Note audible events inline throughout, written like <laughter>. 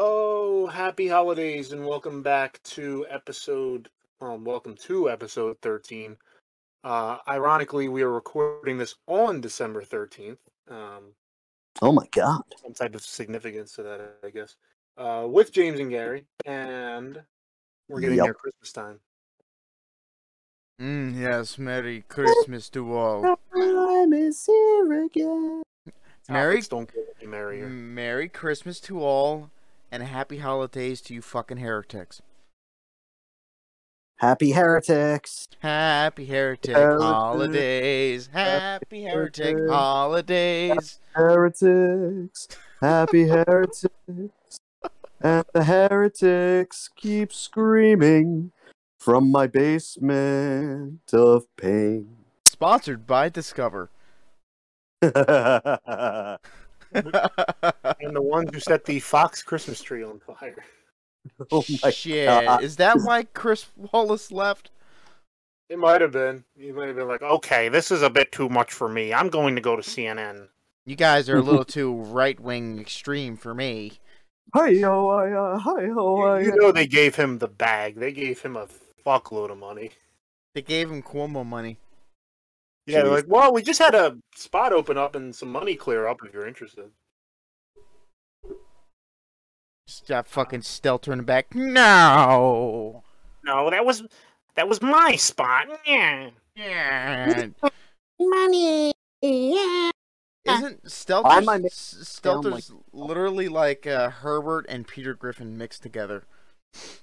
Oh, Happy holidays and welcome back to episode um welcome to episode 13. Uh ironically, we are recording this on December 13th. Um Oh my god. some type of significance to that, I guess. Uh with James and Gary and we're getting Yep. there Christmas time. Mm, yes, Merry Christmas to all. Time is here again. Merry, Mm. Topics don't get any merrier. Merry Christmas to all, and happy holidays to you fucking heretics. Happy Heretics. Happy heretic Heretic. holidays. Happy heretic Heretic. holidays. Heretics. Happy <laughs> Heretics. And the heretics keep screaming from my basement of pain. <laughs> Sponsored by <laughs> Discover. oh And the ones who set the Fox Christmas tree on fire. <laughs> Oh my Shit. God. Is that why Chris Wallace left? It might have been. You might have been like, okay, this is a bit too much for me. I'm going to go to CNN. You guys are a <laughs> little too right wing extreme for me. Hi oh I uh, hi oh I you know they gave him the bag. They gave him a fuckload of money. They gave him Cuomo money. Yeah, they're Jeez. like, well, we just had a spot open up and some money clear up if you're interested. Just got fucking Stelter in the back. <laughs> No. No, that was that was my spot. Yeah. Yeah. money. Yeah. Isn't Why am I Stelter's, making S- sound like- Stelter's literally like uh, Herbert and Peter Griffin mixed together?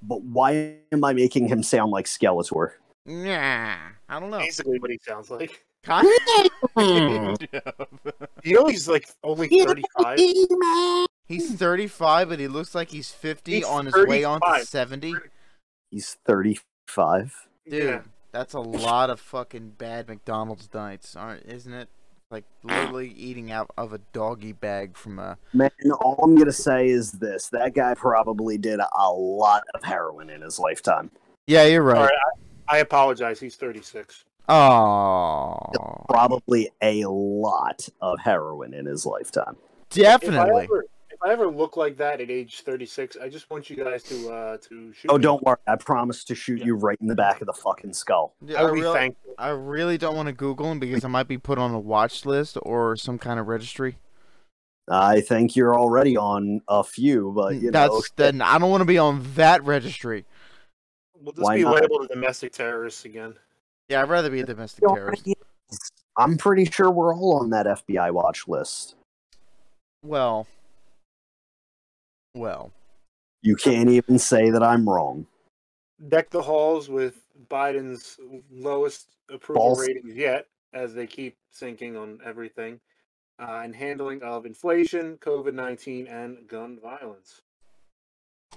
But why am I making him sound like <laughs> Skeletor? Nah, I Oh. don't know. Basically what he sounds like. Kind <laughs> Hmm. You know he's like only thirty five. <laughs> he's 35, but he looks like he's 50 He's on his way on to 35. 70. He's 35. Dude, that's a lot of fucking bad McDonald's diets, aren't? Isn't it? Like literally eating out of a doggy bag from a. Man, all I'm going to say is this that guy probably did a lot of heroin in his lifetime. Yeah, you're All right. right, I, I apologize, he's thirty six. Oh, Probably a lot of heroin in his lifetime. If I, definitely. ever, if I ever look like that at age thirty six, I just want you guys to uh to shoot. Oh, me. don't worry. I promise to shoot you right in the back of the fucking skull. Yeah, I I would be real- thankful. I really don't want to Google him because I might be put on a watch list or some kind of registry. I think you're already on a few, but Uh, you That's know. <laughs> then I don't want to be on that registry. We'll just Why be not? labeled a domestic terrorist again. Yeah, I'd rather be a domestic terrorist. I'm pretty sure we're all on that FBI watch list. Well, well, You can't even say that I'm wrong. deck the halls with Biden's lowest approval False. ratings yet, as they keep sinking on everything, uh, and handling of inflation, COVID 19, and gun violence.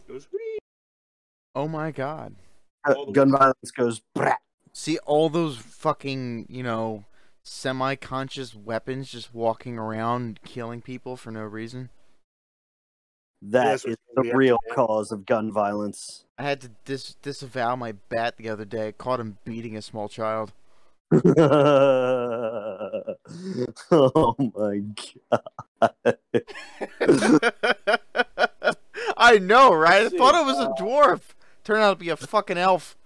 Goes whee. oh my god. Uh, All the Gun way. violence goes. Brat. See all those fucking, you know, semi-conscious weapons just walking around killing people for no reason. That Yes, is which the we have to real ban. cause of gun violence. I had to dis- disavow my bat the other day. I caught him beating a small child. oh my <laughs> god. I know, right? I Shit. thought it was a dwarf. Turned out to be a fucking elf.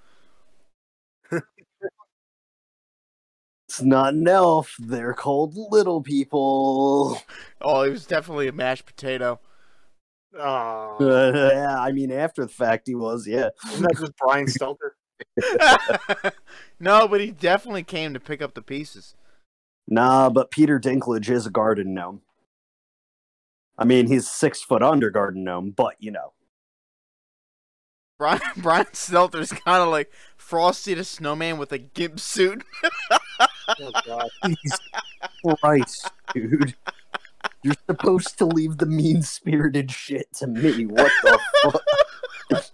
it's not an elf. They're called little people. Oh, he was definitely a mashed potato. <laughs> Aw. <laughs> yeah, I mean, after the fact, he was, yeah. Isn't that just Brian Stelter? no, but he definitely came to pick up the pieces. Nah, but Peter Dinklage is a garden gnome. I mean, he's six foot under garden gnome, but you know. Brian, <laughs> Brian Stelter's kind of like Frosty the Snowman with a gimp suit. <laughs> Oh, God. Jesus Christ, dude. You're supposed to leave the mean spirited shit to me. What the fuck?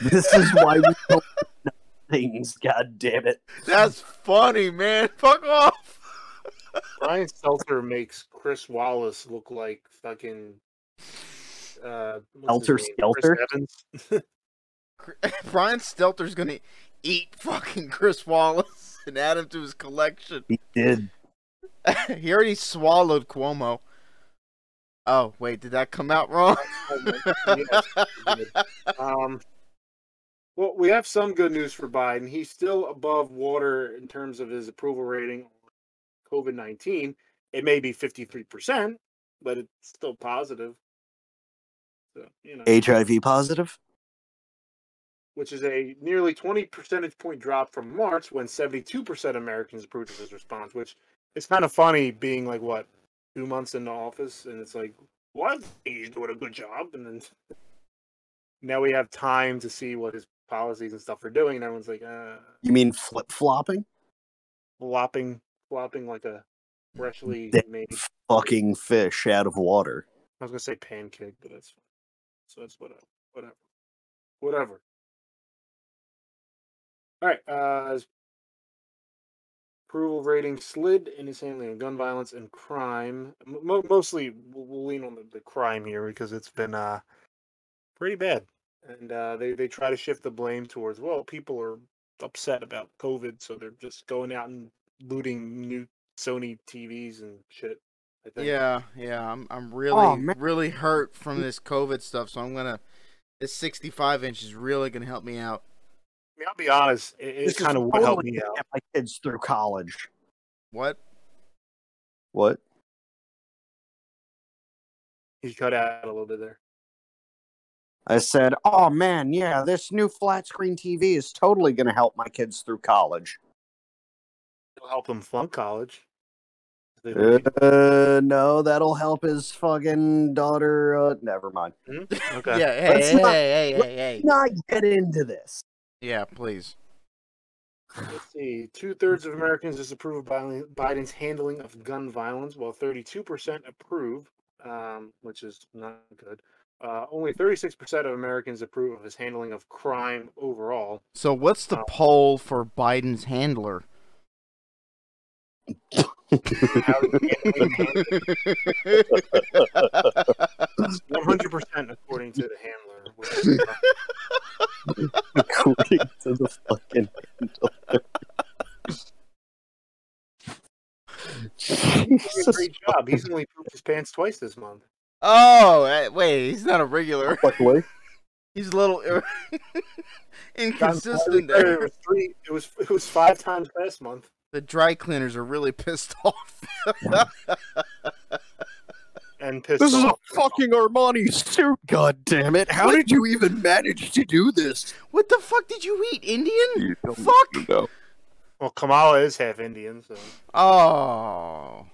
this is why we don't know things, god damn it. That's funny, man. Fuck off. Brian Stelter makes Chris Wallace look like fucking. Uh, what's his Elter name? Chris Skelter? Evans. Brian Stelter's gonna eat fucking Chris Wallace <laughs> and add him to his collection. <laughs> He did. he already swallowed Cuomo. Oh wait, did that come out wrong? Oh, Yes, it did. <laughs> um, well, we have some good news for Biden. He's still above water in terms of his approval rating on COVID 19. It may be 53%, but it's still positive. So, you know, HIV positive? which is a nearly 20 percentage point drop from March when 72% Americans approved of his response, which it's kind of funny being like, what, two months into office? And it's like, what? He's doing a good job. And then <laughs> now we have time to see what his policies and stuff are doing. And everyone's like, uh, You mean flip flopping? flopping, flopping like a freshly They- made. Fucking fish out of water. I was gonna say pancake, but that's fine. So that's whatever, whatever, whatever. All right. Uh, his approval rating slid in his handling of gun violence and crime. M- mo- mostly, we'll, we'll lean on the, the crime here because it's been uh pretty bad, and uh, they they try to shift the blame towards well, people are upset about COVID, so they're just going out and looting new Sony TVs and shit. I think. <laughs> yeah, yeah. I'm I'm really Oh, man. really hurt from this COVID stuff, so I'm gonna. This 65 inch is really gonna help me out. I mean, I'll be honest, it, This it is kind of would help totally me out. Get my kids through college. What? What? He cut out a little bit there. I said, oh man, yeah, this new flat screen TV is totally going to help my kids through college. It'll help him flunk college. If they like it. Uh, no, that'll help his fucking daughter. Uh, never mind. Okay. Yeah. Hey, Let's hey, not- hey, hey, let's hey, Not get into this. Yeah, please. Let's see. Two thirds of Americans disapprove of Biden- Biden's handling of gun violence, while 32% approve, um, which is not good. Uh, only 36% of Americans approve of his handling of crime overall. So what's the Oh. poll for Biden's handler? <laughs> How he's handling hand- 100% according to the handler. Which is not According to the fucking He did a great job. He's only pooped his pants twice this month. oh, eh, wait, he's not a regular. Luckily, He's a little <laughs> inconsistent It there. was three. It was it was five times last month. The dry cleaners are really pissed <laughs> off. And pissed this is a off. fucking Armani suit. God damn it! How did you even manage to do this? What the fuck did you eat, Indian? Fuck. Well, Kamala is half Indian, so Oh.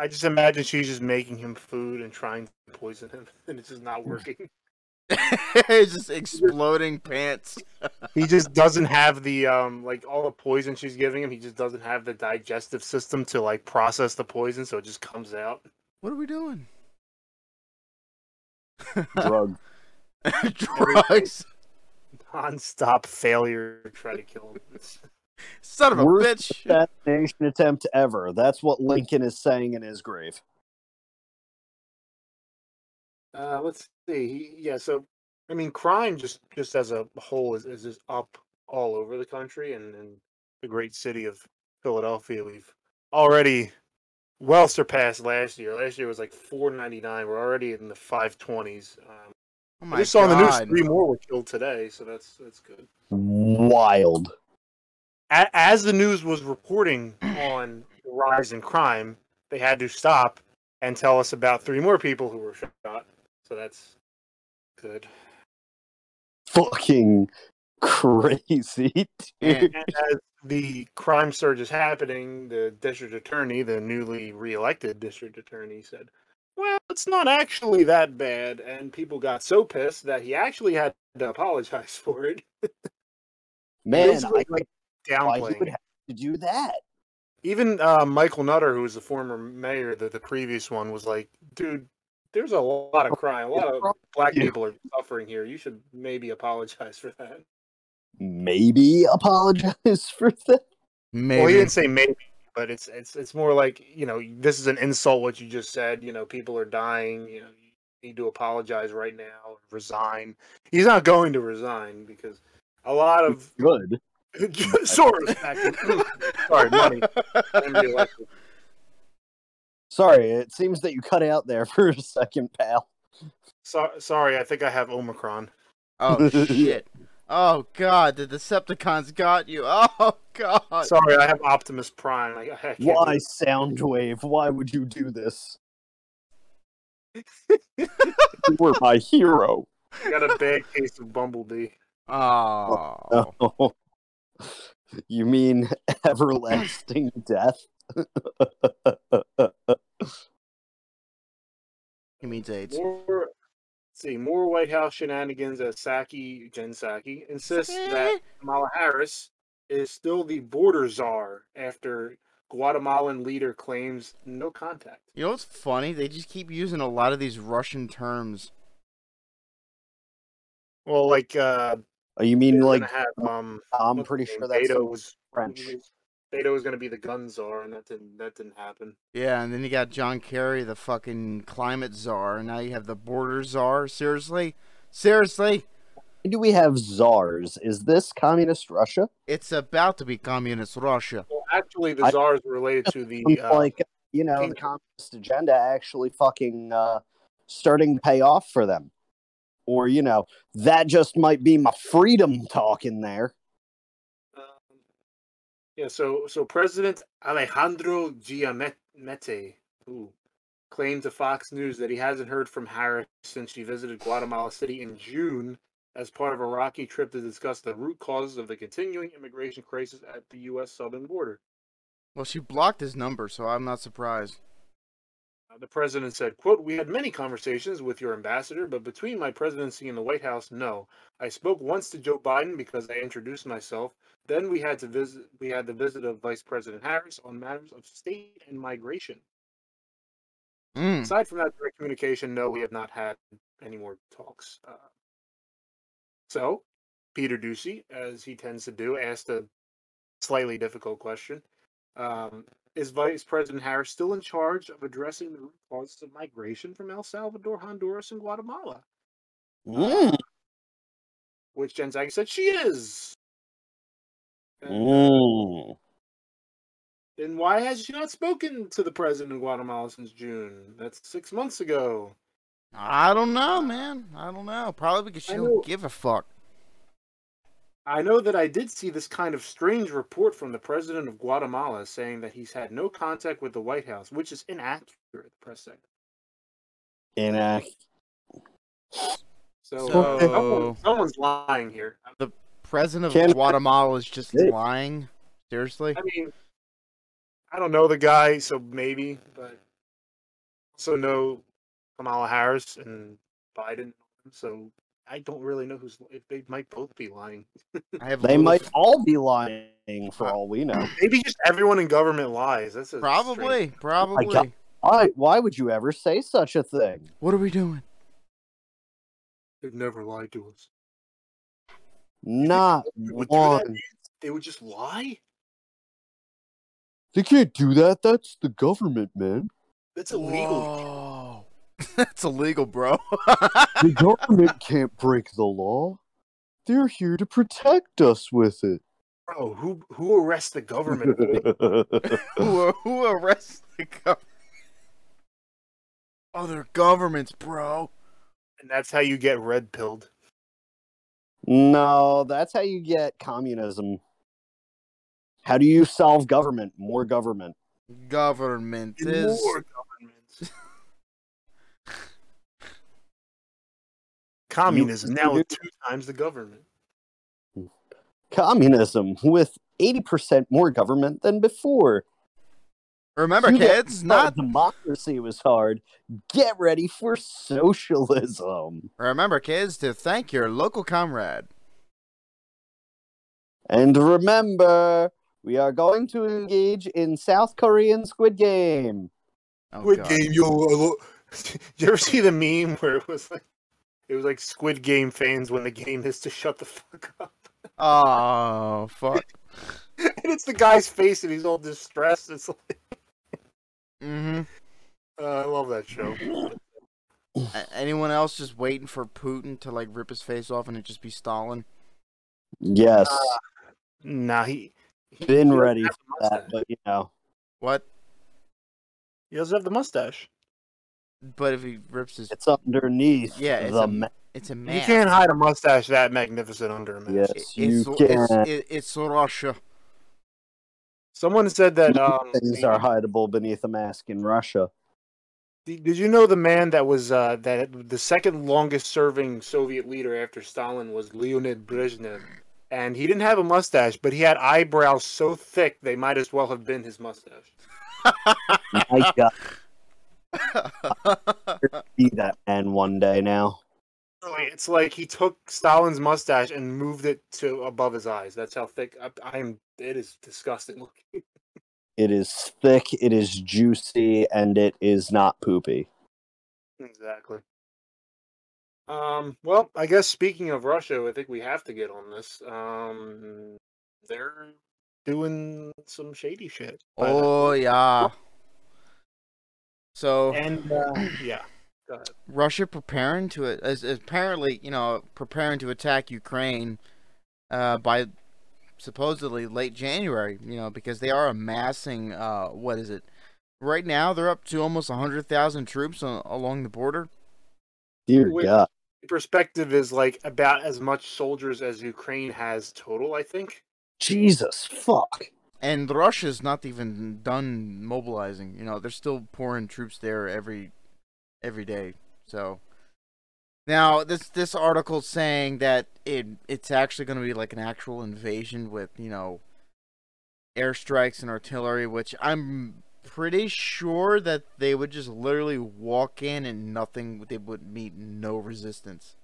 I just imagine she's just making him food and trying to poison him, <laughs> and it's just not working. <laughs> it's just exploding pants. he just doesn't have the um like all the poison she's giving him. He just doesn't have the digestive system to like process the poison, so it just comes out. <laughs> What are we doing? Drug. Drugs. Non-stop failure to try to kill him. It's- Son of a Worst bitch. assassination attempt ever. That's what Lincoln is saying in his grave. Uh, let's see. He, yeah, so I mean, crime just just as a whole is is just up all over the country, and in the great city of Philadelphia, we've already well surpassed last year. Last year was like four ninety nine. We're already in the five twenties. Um, Oh I my just saw on the news god. three more were killed today, so that's that's good. Wild. A- As the news was reporting on the rise in crime, they had to stop and tell us about three more people who were shot. So that's good. Fucking crazy. <laughs> Man, And as the crime surge is happening, the district attorney, the newly reelected district attorney, said, Well, it's not actually that bad. And people got so pissed that he actually had to apologize <laughs> for it. Man, Basically, like I why he downplaying. would it. have to do that. Even uh, Michael Nutter, who was the former mayor, the, the previous one, was like, Dude, there's a lot of crime. A lot of black Yeah. people are suffering here. You should maybe apologize for that. Maybe apologize <laughs> for that. Maybe. Well, he didn't say maybe, but it's it's it's more like you know this is an insult what you just said. You know, people are dying. You know, you need to apologize right now. Resign. He's not going to resign because a lot of <laughs> Good. Soros. back in- Sorry, money. Sorry, it seems that you cut out there <laughs> for a second, pal. So, sorry, I think I have Omicron. <laughs> Oh shit. Oh god, the Decepticons got you. <laughs> Oh god. Sorry, I have Optimus Prime. Like, I can't do Why, Soundwave? Why would you do this? you were my hero. <laughs> it. I got a bad case of Bumblebee. <laughs> Oh. Oh. You mean everlasting death? <laughs> He means AIDS. More, let's see, more White House shenanigans as Saki, Jen Saki, insists that Kamala Harris is still the border czar after Guatemalan leader claims no contact. <laughs> You know what's funny? They just keep using a lot of these Russian terms. Well, like, uh, Oh, you mean they're like gonna have, um, I'm what's pretty his sure name? that's Beto in was French. Beto was going to be the gun czar, and that didn't that didn't happen. Yeah, and then you got John Kerry, the fucking climate czar, and now you have the border czar. Seriously? Seriously? Why do we have czars? Is this communist Russia? It's about to be communist Russia. Well, actually, the I- czars were related to the Sounds uh, like you know the King- communist agenda actually fucking uh, starting to pay off for them, or you know that just might be my freedom talking there. Um, yeah, so so President Alejandro Giamette ooh, claimed to Fox News that he hasn't heard from Harris since she visited Guatemala City in June as part of a rocky trip to discuss the root causes of the continuing immigration crisis at the U.S. southern border. Well, she blocked his number, so I'm not surprised. Uh, The president said, quote, We had many conversations with your ambassador, but between my presidency and the White House, no. I spoke once to Joe Biden because I introduced myself. Then we had to visit we had the visit of Vice President Harris on matters of state and migration. Mm. Aside from that direct communication, no, we have not had any more talks. Uh, so, Peter Ducey, as he tends to do, asked a slightly difficult question. Um, is Vice President Harris still in charge of addressing the root causes of migration from El Salvador, Honduras, and Guatemala? Mm. Which Jen Psaki said she is. And Mm. Then why has she not spoken to the president of Guatemala since June? That's six months ago. I don't know, man. I don't know. Probably because she I don't know- give a fuck. I know that I did see this kind of strange report from the president of Guatemala saying that he's had no contact with the White House, which is inaccurate, the press said. And uh, So, So- uh, someone- someone's lying here. President of Can- Guatemala is just Hey. lying. Seriously? I mean, I don't know the guy, so maybe, but also know Kamala Harris and Biden, so I don't really know who's. If they might both be lying. I have they little- might all be lying for all we know. Maybe just everyone in government lies. That's a strange- Probably. Probably. God. Why? Why would you ever say such a thing? What are we doing? they've never lied to us. Not Would you do that? one. They would just lie. They can't do that. That's the government, man. That's illegal. Whoa. <laughs> That's illegal, bro. <laughs> The government can't break the law. They're here to protect us with it. Bro, who who arrests the government? <laughs> who, who arrests the government? Other governments, bro. and that's how you get red pilled. no, that's how you get communism. How do you solve government? More government. Government is. More <laughs> governments. Communism now with two times the government. Communism with 80% more government than before. Remember, You get- kids, not. democracy was hard. Get ready for socialism. Remember, kids, to thank your local comrade. And remember, we are going to engage in South Korean Squid Game. Oh, Squid God. Game, yo. I lo- <laughs> you ever see the meme where it was like, it was like Squid Game fans when the game is to shut the fuck up, <laughs> Oh, fuck. and it's the guy's face and he's all distressed. It's like, Mm-hmm. uh, I love that Hmm. show. A- anyone else just waiting for Putin to like rip his face off and it just be Stalin? Yes, Ah. Nah, he been he ready doesn't for have a that, but you know, What? He doesn't have the mustache. But if he rips his, It's underneath. Yeah, it's the a ma- it's a You mask. can't hide a mustache that magnificent under a mask. Yes, It- you it's, can. it's, it- it's Russia. <laughs> Someone said that. Um, Things are hideable beneath a mask in Russia. Did did you know the man that was uh, that the second longest serving Soviet leader after Stalin was Leonid Brezhnev, and he didn't have a mustache, but he had eyebrows so thick they might as well have been his mustache. <laughs> My God, see that man one day now. Really, It's like he took Stalin's mustache and moved it to above his eyes. That's how thick. I, I'm. It is disgusting looking. It is thick, it is juicy, and it is not poopy. exactly. Um. Well, I guess speaking of Russia, I think we have to get on this. Um. They're doing some shady shit. uh, by the oh yeah. So And uh, Oh. yeah, Russia preparing to as, as apparently you know preparing to attack Ukraine uh, by supposedly late January. You know because they are amassing uh, what is it? Right now they're up to almost hundred thousand troops on, along the border. Dear Wait. God. perspective is like about as much soldiers as Ukraine has total. I think. Jesus fuck. And Russia's not even done mobilizing. You know, they're still pouring troops there every every day. So now this this article's saying that it it's actually going to be like an actual invasion with you know airstrikes and artillery, which I'm pretty sure that they would just literally walk in and nothing they would meet no resistance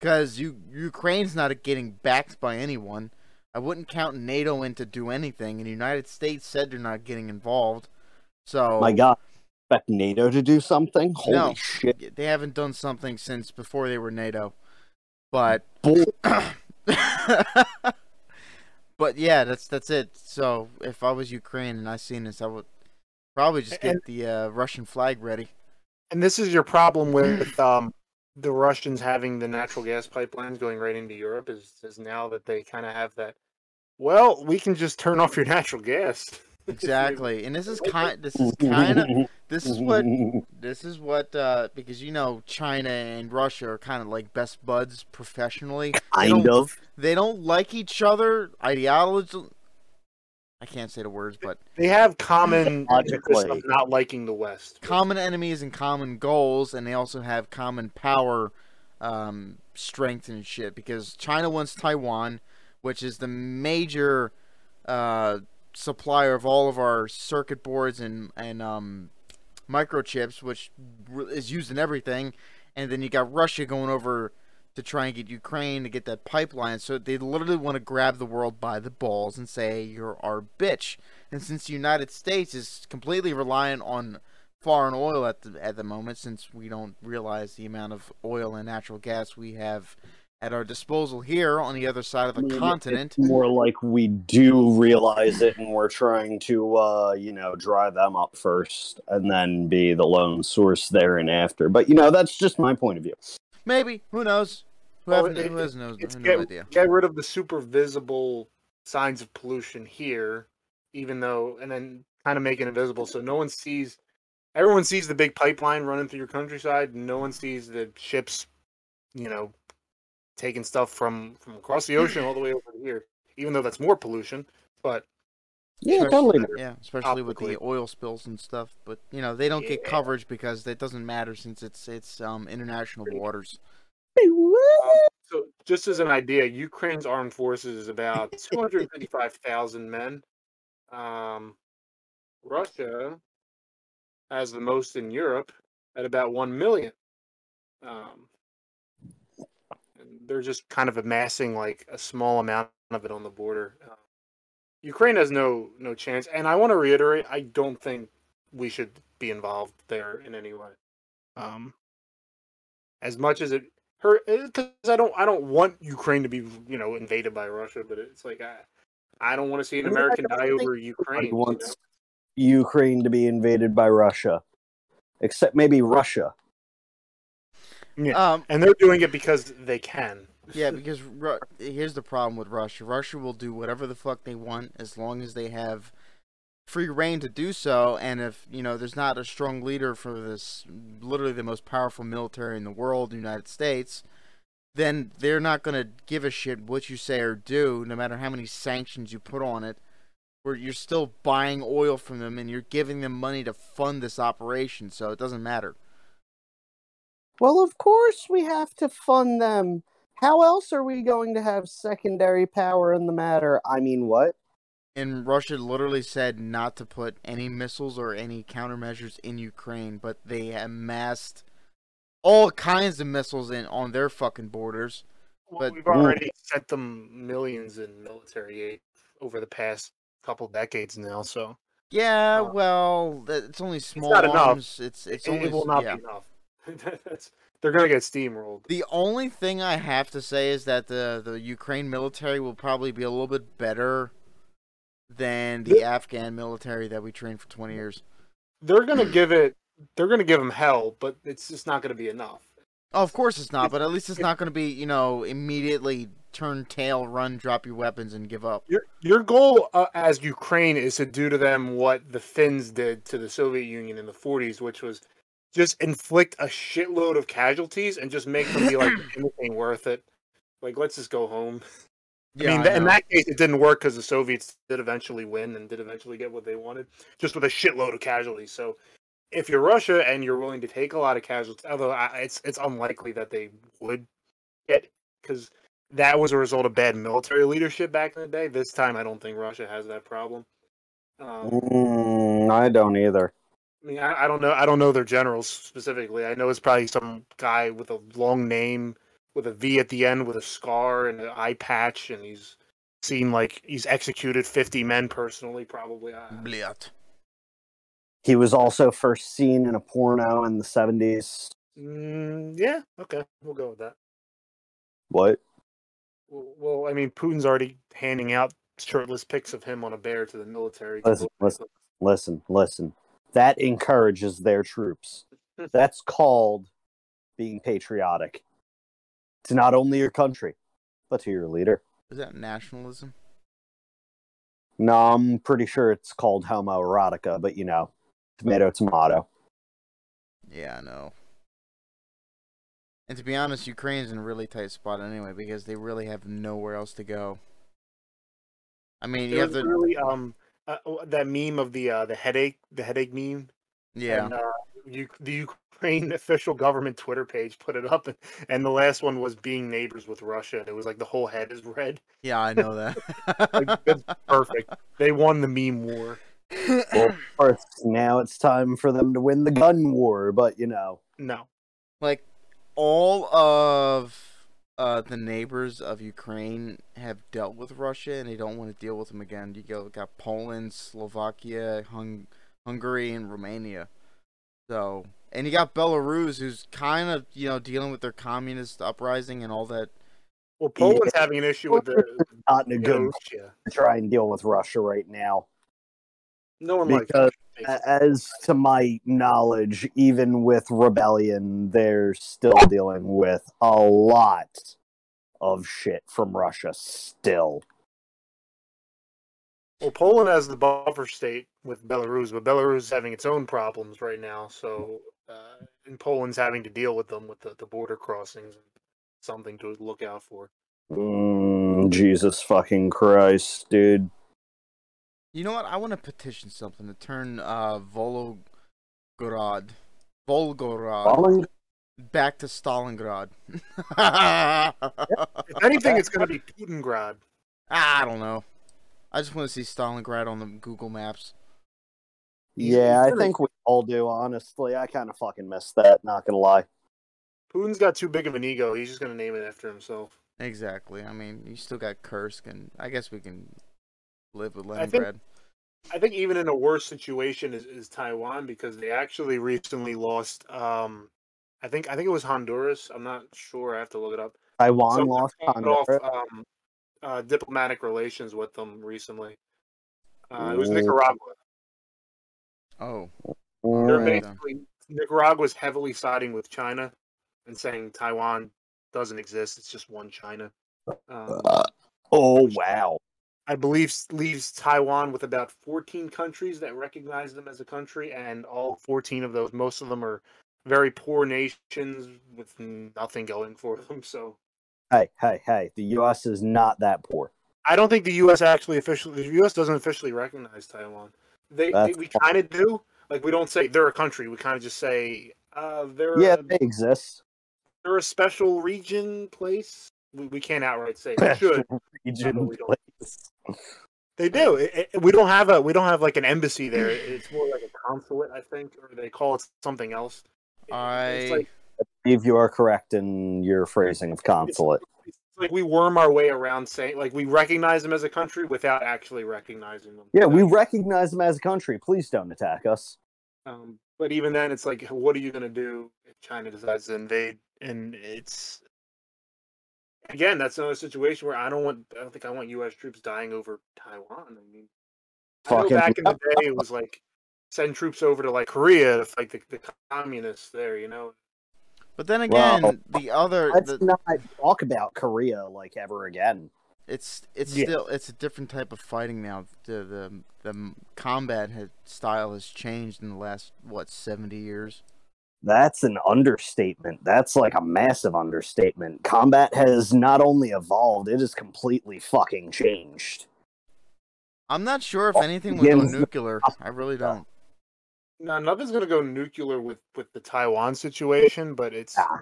because you Ukraine's not getting backed by anyone. I wouldn't count NATO in to do anything, and the United States said they're not getting involved. So My God. Expect NATO to do something? Holy Oh. No. shit. they haven't done something since before they were NATO. But <clears throat> Bull- <laughs> but yeah, that's that's it. So if I was Ukraine and I seen this, I would probably just get the uh, Russian <laughs> flag ready. And this is your problem with um, the Russians having the natural gas pipelines going right into Europe is is now that they kind of have that. Well, we can just turn off your <laughs> natural gas. Exactly. And this is kind this is kind of this is <laughs> what This is what uh, because you know China and Russia are kind of like best buds professionally. kind don't- of. They don't like each other ideology. I can't say the words, but They have common interests of Logically. not liking the West. common enemies and common goals, and they also have common power, um, strength and shit. Because China wants Taiwan, which is the major uh, supplier of all of our circuit boards and and um, microchips, which re- is used in everything. And then you got Russia going over to try and get Ukraine to get that pipeline. So they literally want to grab the world by the balls and say you're our bitch. And since the United States is completely reliant on foreign oil at the at the moment, since we don't realize the amount of oil and natural gas we have at our disposal here on the other side of the I mean, continent. It's more like we do realize it and we're trying to, uh, you know, dry them up first and then be the lone source there and after. But, you know, that's just my point of view. Maybe who knows? Who, Well, have- Oh, it- who has knows? it's no idea. get rid of the super visible signs of pollution here, even though, and then kind of make it invisible so no one sees. Everyone sees the big pipeline running through your countryside. No one sees the ships, you know, taking stuff from from across the ocean all the way over here. Even though that's more pollution, but Yeah, Sure. totally. Yeah, especially with the Topically. oil spills and stuff. But you know they don't get Yeah. coverage because that doesn't matter since it's it's um international waters. so just as an idea, Ukraine's armed forces is about two hundred fifty-five thousand men. Um, Russia has the most in Europe at about one million. Um, and they're just kind of amassing like a small amount of it on the border. Uh, Ukraine has no no chance, and I want to reiterate: I don't think we should be involved there in any way. Um, as much as it her because I don't I don't want Ukraine to be you know invaded by Russia, but it's like I I don't want to see an I mean, I American don't die think over Ukraine. Nobody you wants know? Ukraine to be invaded by Russia, except maybe Russia. Yeah. Um, And they're doing it because they can. yeah, because Ru- here's the problem with Russia. Russia will do whatever the fuck they want as long as they have free reign to do so. And if you know there's not a strong leader for this, literally the most powerful military in the world, the United States, then they're not going to give a shit what you say or do, no matter how many sanctions you put on it. Where you're still buying oil from them and you're giving them money to fund this operation, so it doesn't matter. Well, of course we have to fund them. How else are we going to have secondary power in the matter? I mean, what? And Russia literally said not to put any missiles or any countermeasures in Ukraine, but they amassed all kinds of missiles in on their fucking borders. Well, But- we've already sent them millions in military aid over the past couple decades now, so Yeah, Uh, well, th- it's only small not enough. arms. It's it's it, only will not yeah. be enough. That's- <laughs> they're gonna get steamrolled. The only thing I have to say is that the the Ukraine military will probably be a little bit better than the Afghan military that we trained for 20 years. They're gonna <clears throat> give it. They're gonna give them hell, but it's just not gonna be enough. Oh, of course it's not, but at least <laughs> it's not going to be, you know, immediately turn tail, run, drop your weapons and give up. Your your goal uh, as Ukraine is to do to them what the Finns did to the Soviet Union in the 40s, which was just inflict a shitload of casualties and just make them be like anything worth it. Like let's just go home. I mean, th- in know. that case, it didn't work because the Soviets did eventually win and did eventually get what they wanted, just with a shitload of casualties. So, if you're Russia and you're willing to take a lot of casualties, although I, it's it's unlikely that they would get because that was a result of bad military leadership back in the day. This time, I don't think Russia has that problem. Um, Mm, I don't either. I mean, I, I don't know. I don't know their generals specifically. I know it's probably some guy with a long name with a V at the end, with a scar and an eye patch, and he's seen like he's executed fifty men personally, probably. I, Bliat. He was also first seen in a porno in the 70s. mm, yeah. Okay. We'll go with that. What? Well, well, I mean, Putin's already handing out shirtless pics of him on a bear to the military. Listen, listen. Listen, listen. That encourages their troops. That's called being patriotic to not only your country, but to your leader. Is that nationalism? No, I'm pretty sure it's called homoerotica, but you know, tomato, tomato. Yeah, I know. And to be honest, Ukraine's in a really tight spot anyway because they really have nowhere else to go. I mean, you There have was to. really um uh, that meme of the uh, the headache the headache meme. <laughs> Yeah. And, uh, you, the Ukraine <laughs> official government Twitter page put it up, and, and the last one was being neighbors with Russia. And it was like the whole head is red. Yeah, I know that. Like, <laughs> that's perfect. They won the meme war. Well, first, now it's time for them to win the gun war, but you know, No, like all of uh, the neighbors of Ukraine have dealt with Russia and they don't want to deal with them again. You go, got Poland, Slovakia, Hung- Hungary, and Romania. So, and you got Belarus, who's kind of you know dealing with their communist uprising and all that. well, Poland's having an issue with the not in a good mood Russia. to try and deal with Russia right now. No one Because, likes Russia. A- As to my knowledge, even with rebellion, they're still dealing with a lot of shit from Russia still. Well, Poland has the buffer state with Belarus, but Belarus is having its own problems right now. So, uh, and Poland's having to deal with them with the, the border crossings. Something to look out for. Mm, Jesus fucking Christ, dude. You know what? I want to petition something to turn uh, Volgograd, Volgograd Falling back to Stalingrad. <laughs> If anything, it's going to be Putingrad. Ah, I don't know. I just want to see Stalingrad on the Google Maps. He's- Yeah, he's I really- think we all do, honestly. I kind of fucking missed that, not gonna lie. Putin's got too big of an ego. He's just going to name it after himself. Exactly. I mean, you still got Kursk, and I guess we can live with I think- Leningrad. I think even in a worse situation is, is Taiwan because they actually recently lost. Um, I think I think it was Honduras. I'm not sure. I have to look it up. Taiwan Someone lost cut Honduras. off um, uh, diplomatic relations with them recently. Uh, it was Ooh. Nicaragua. Oh, They're Alright, then. basically Nicaragua's heavily siding with China and saying Taiwan doesn't exist. It's just one China. Um, Uh, Mm. oh wow. I believe, leaves Taiwan with about 14 countries that recognize them as a country, and all 14 of those, most of them are very poor nations with nothing going for them. So Hey, hey, hey, the U.S. is not that poor. I don't think the U.S. actually officially, the U.S. doesn't officially recognize Taiwan. They, they That's we fine. kind of do, like we don't say they're a country. We kind of just say uh, they're Yeah, a, they exist. they're a special region place. We, we can't outright say <laughs> we should. Region we don't. place. They do. It, it- we don't have a we don't have like an embassy there. It's more like a consulate, I think, or they call it something else. It- I- It's like, If you are correct in your phrasing of consulate, it's like we worm our way around saying like we recognize them as a country without actually recognizing them. yeah, we Without- recognize them as a country. Please don't attack us. Um, but even then, it's like, what are you going to do if China decides to invade? And it's again, that's another situation where I don't want. I don't think I want U.S. troops dying over Taiwan. I mean, I know Fucking- back in <laughs> the day, it was like send troops over to like Korea to fight the, the communists there. You know, But then Well, again, the other Let's the, not talk about Korea like ever again. it's it's Yeah. still it's a different type of fighting now. The the the combat had, style has changed in the last what seventy years. That's an understatement. That's like a massive understatement. Combat has not only evolved, it has completely fucking changed. I'm not sure if Oh, anything would go Jim's- nuclear. I really don't. now nothing's going to go nuclear with with the Taiwan situation, but it's. Ah.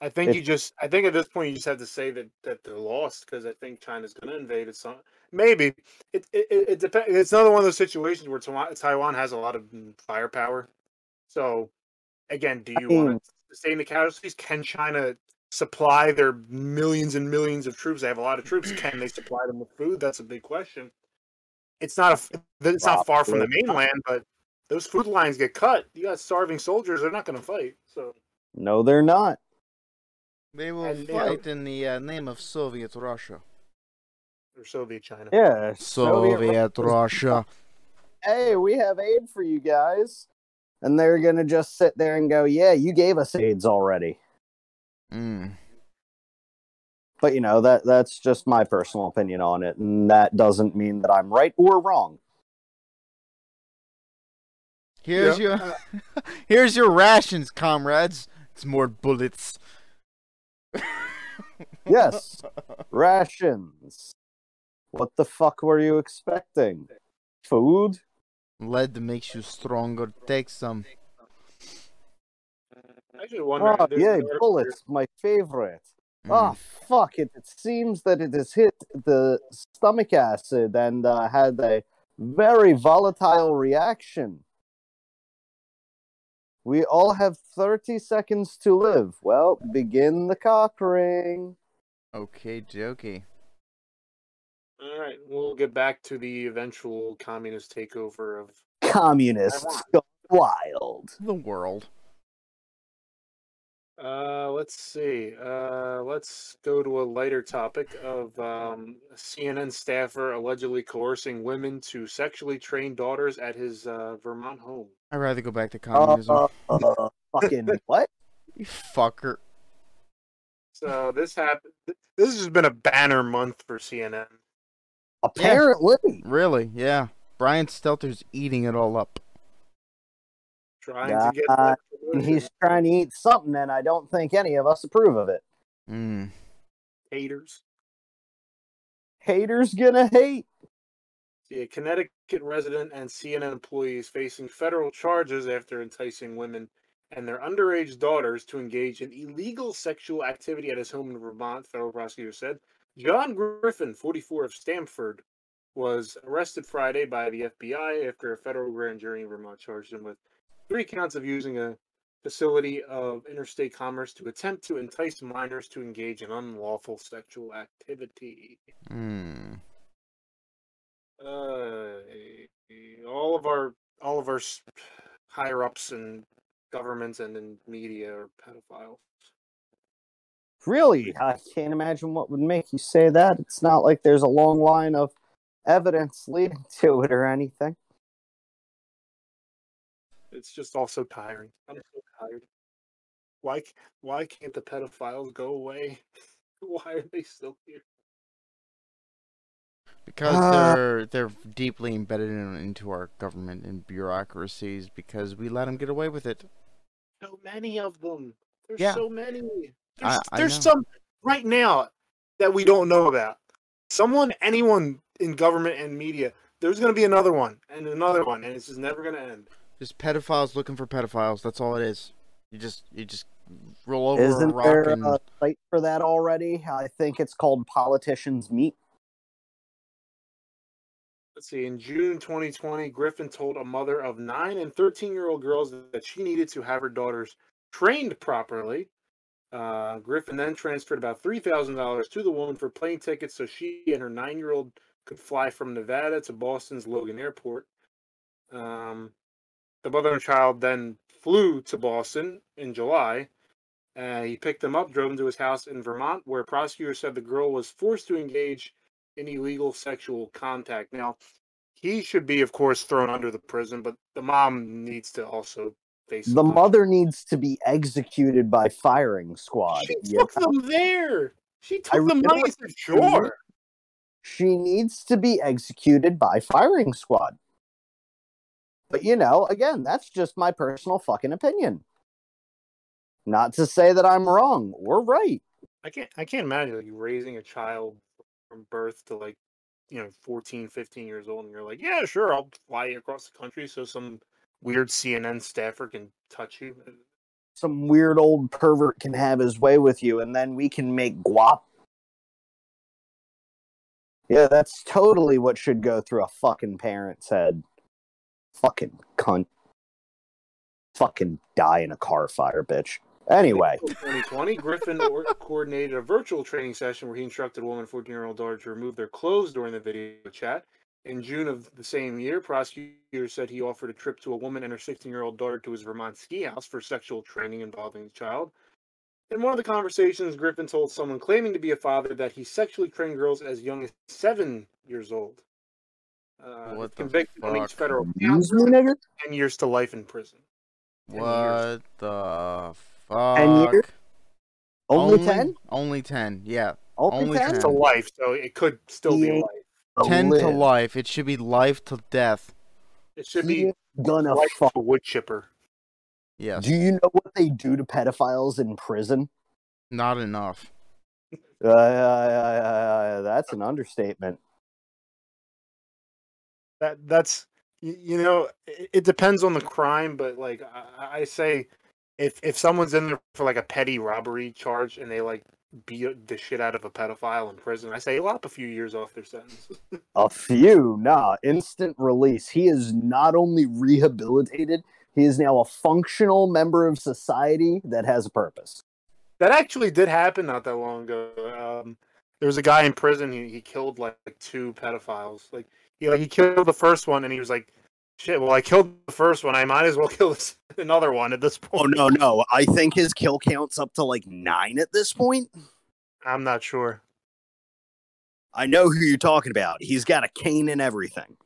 I think It- you just. I think at this point you just have to say that that they're lost because I think China's going to invade at some. Maybe it it, it, it depends. It's another one of those situations where Taiwan, Taiwan has a lot of mm, firepower. So, again, do I you want mean- to sustain the casualties? Can China supply their millions and millions of troops? They have a lot of troops. Can they supply them with food? That's a big question. It's not a. f- It's not far from the Probably not. mainland, but those food lines get cut. You got starving soldiers. They're not going to fight. So. No, they're not. They will And, you know- fight in the uh, name of Soviet Russia. Or Soviet China. Yeah. Soviet Russia. Hey, we have aid for you guys. And they're going to just sit there and go, yeah, you gave us aids already. Mm. But, you know, that that's just my personal opinion on it. And that doesn't mean that I'm right or wrong. Here's Uh, your <laughs> here's your rations, comrades. It's more bullets. Yes. rations. What the fuck were you expecting? Food? Lead makes you stronger. Take some. I actually wonder. Oh, there's an yeah, article here. bullets, my favorite. Mm. Ah, fuck it. It seems that it has hit the stomach acid and uh, had a very volatile reaction. We all have 30 seconds to live. Well, begin the cock ring. Okay, jokey. All right, we'll get back to the eventual communist takeover of. Communists go wild. The world. Uh, let's see. Uh, let's go to a lighter topic of um, a CNN staffer allegedly coercing women to sexually train daughters at his uh, Vermont home. I'd rather go back to Uh, communism. uh, uh, <laughs> fucking what? you fucker. So this happened. This has been a banner month for CNN. Apparently. Really? Yeah. Brian Stelter's eating it all up. Trying to get. God, left to And listen. he's trying to eat something, and I don't think any of us approve of it. Mm. haters. Haters gonna hate. See, a Connecticut resident and CNN employees facing federal charges after enticing women and their underage daughters to engage in illegal sexual activity at his home in Vermont, federal prosecutor said. John Griffin, 44 of Stamford, was arrested Friday by the FBI after a federal grand jury in Vermont charged him with three counts of using a facility of interstate commerce to attempt to entice minors to engage in unlawful sexual activity. Mm. uh, all of our all of our s- higher ups in governments and in media are pedophiles. Really? I can't imagine what would make you say that. It's not like there's a long line of evidence leading <laughs> to it or anything. It's just all so tiring. I'm so tired. Why c- why can't the <laughs> pedophiles go away? Why are they still here? because Uh, they're they're deeply embedded in, into our government and bureaucracies because we let them get away with it. So many of them. There's Yeah. so many. There's, I- I there's know. some right now that we don't know about. Someone, anyone in government and media, there's going to be another one and another one, and it's just never going to end. Just pedophiles looking for pedophiles. That's all it is. You just you just roll over a Isn't rock there and a site for that already? I think it's called Politicians Meet. Let's see. In June 2020, Griffin told a mother of nine and 13 year old girls that she needed to have her daughters trained properly. Uh, Griffin then transferred about $3,000 to the woman for plane tickets so she and her nine year old could fly from Nevada to Boston's Logan Airport. Um, the mother and child then flew to Boston in July. Uh, he picked them up, drove them to his house in Vermont, where prosecutors said the girl was forced to engage in illegal sexual contact. Now, he should be, of course, thrown under the prison, but the mom needs to also face The some- mother needs to be executed by firing squad. She Yeah. took them there. She took I the money. really- said, sure. She needs to be executed by firing squad. But you know, again, that's just my personal fucking opinion. Not to say that I'm wrong or right. I can't. I can't imagine like raising a child from birth to like, you know, 14, 15 years old, and you're like, yeah, sure, I'll fly you across the country so some weird CNN staffer can touch you. Some weird old pervert can have his way with you, and then we can make guap. Yeah, that's totally what should go through a fucking parent's head. Fucking cunt. Fucking die in a car fire, bitch. Anyway. In 2020, Griffin or- coordinated a virtual training session where he instructed a woman 14 year old daughter to remove their clothes during the video chat. In June of the same year, prosecutors said he offered a trip to a woman and her 16 year old daughter to his Vermont ski house for sexual training involving the child. In one of the conversations, Griffin told someone claiming to be a father that he sexually trained girls as young as seven years old. Uh, What the convicted on each fuck? federal count, Excuse me, nigga? 10 years to life in prison. 10 years. what the years? fuck? Only 10? Only ten. Yeah, Only Only 10? 10. To life, so it could still be Yeah. life. ten to live. life. It should be life to death. It should He be is gonna life fuck. to wood chipper. Yes, Do you know what they do to pedophiles in prison? not enough. Uh, uh, that's an understatement. That that's y- you know it, it depends on the crime, but like I, I say, if if someone's in there for like a petty robbery charge and they like beat the shit out of a pedophile in prison, I say lop a few years off their sentence. A few, nah, instant release. He is not only rehabilitated, he is now a functional member of society that has a purpose. That actually did happen not that long ago. Um, there was a guy in prison. He, he killed like two pedophiles. Like he like he killed the first one, and he was like, "Shit, well I killed the first one. I might as well <laughs> kill this, another one at this point." Oh, no, no. I think his kill count's up to like nine at this point. I'm not sure. I know who you're talking about. He's got a cane and everything.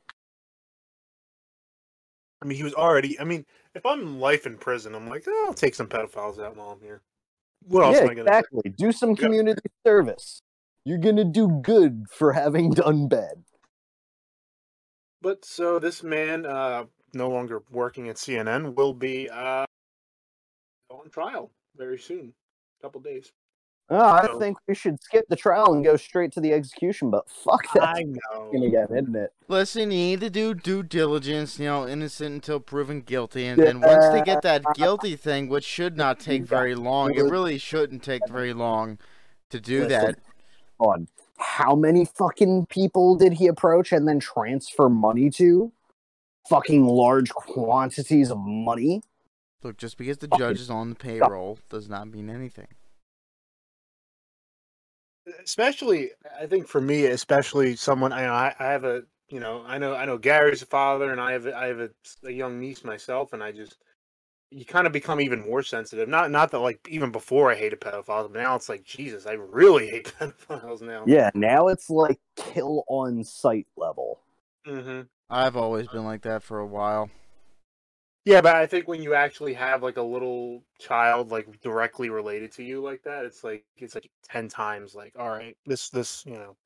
I mean, he was already. I mean, if I'm life in prison, I'm like, "Oh, I'll take some pedophiles out while I'm here. What else yeah, am I gonna? exactly. Do some community service. You're gonna do good for having done bad. do? But so this man, uh, no longer working at CNN, will be uh, on trial very soon, couple days. Oh, I So- think we should skip the trial and go straight to the execution, but fuck that <laughs> know. again, isn't it? Listen, you need to do due diligence, you know, innocent until proven guilty. And then once they get that guilty thing, which should not take very long, it really shouldn't take very long to do that. Listen, On how many fucking people did he approach and then transfer money to? Fucking large quantities of money. Look, just because the judge is on the payroll does not mean anything. especially i think for me especially someone i i, I have a you know i know i know gary's a father and i have a- i have a, a young niece myself and i just you kind of become even more sensitive not not that like even before i hated pedophiles but now it's like jesus i really hate <laughs> pedophiles now Yeah, now it's like kill on sight level. hmm I've always been like that for a while. yeah but i think when you actually have like a little child like directly related to you like that it's like it's like 10 times like all right this this you know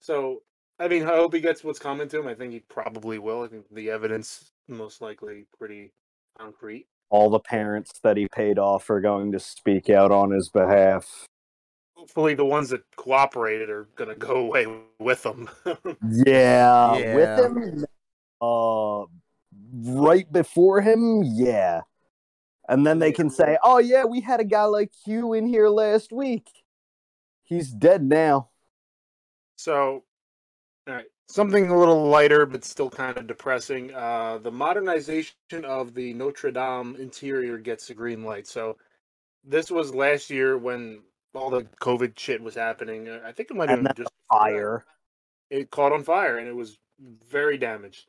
so I mean, I hope he gets what's coming to him. I think he probably will. I think the evidence most likely pretty concrete. All the parents that he paid off are going to speak out on his behalf. Hopefully, the ones that cooperated are going to go <laughs> away with <laughs> him. Yeah, with Yeah. him, uh, right before him, yeah. And then they can say, "Oh yeah, we had a guy like you in here last week. He's dead now." so, all right, something a little lighter but still kind of depressing. Uh, the modernization of the Notre Dame interior gets a green light. So, this was last year when all the COVID shit was happening. Uh, I think it might have And been just Fire. it caught on fire and it was very damaged.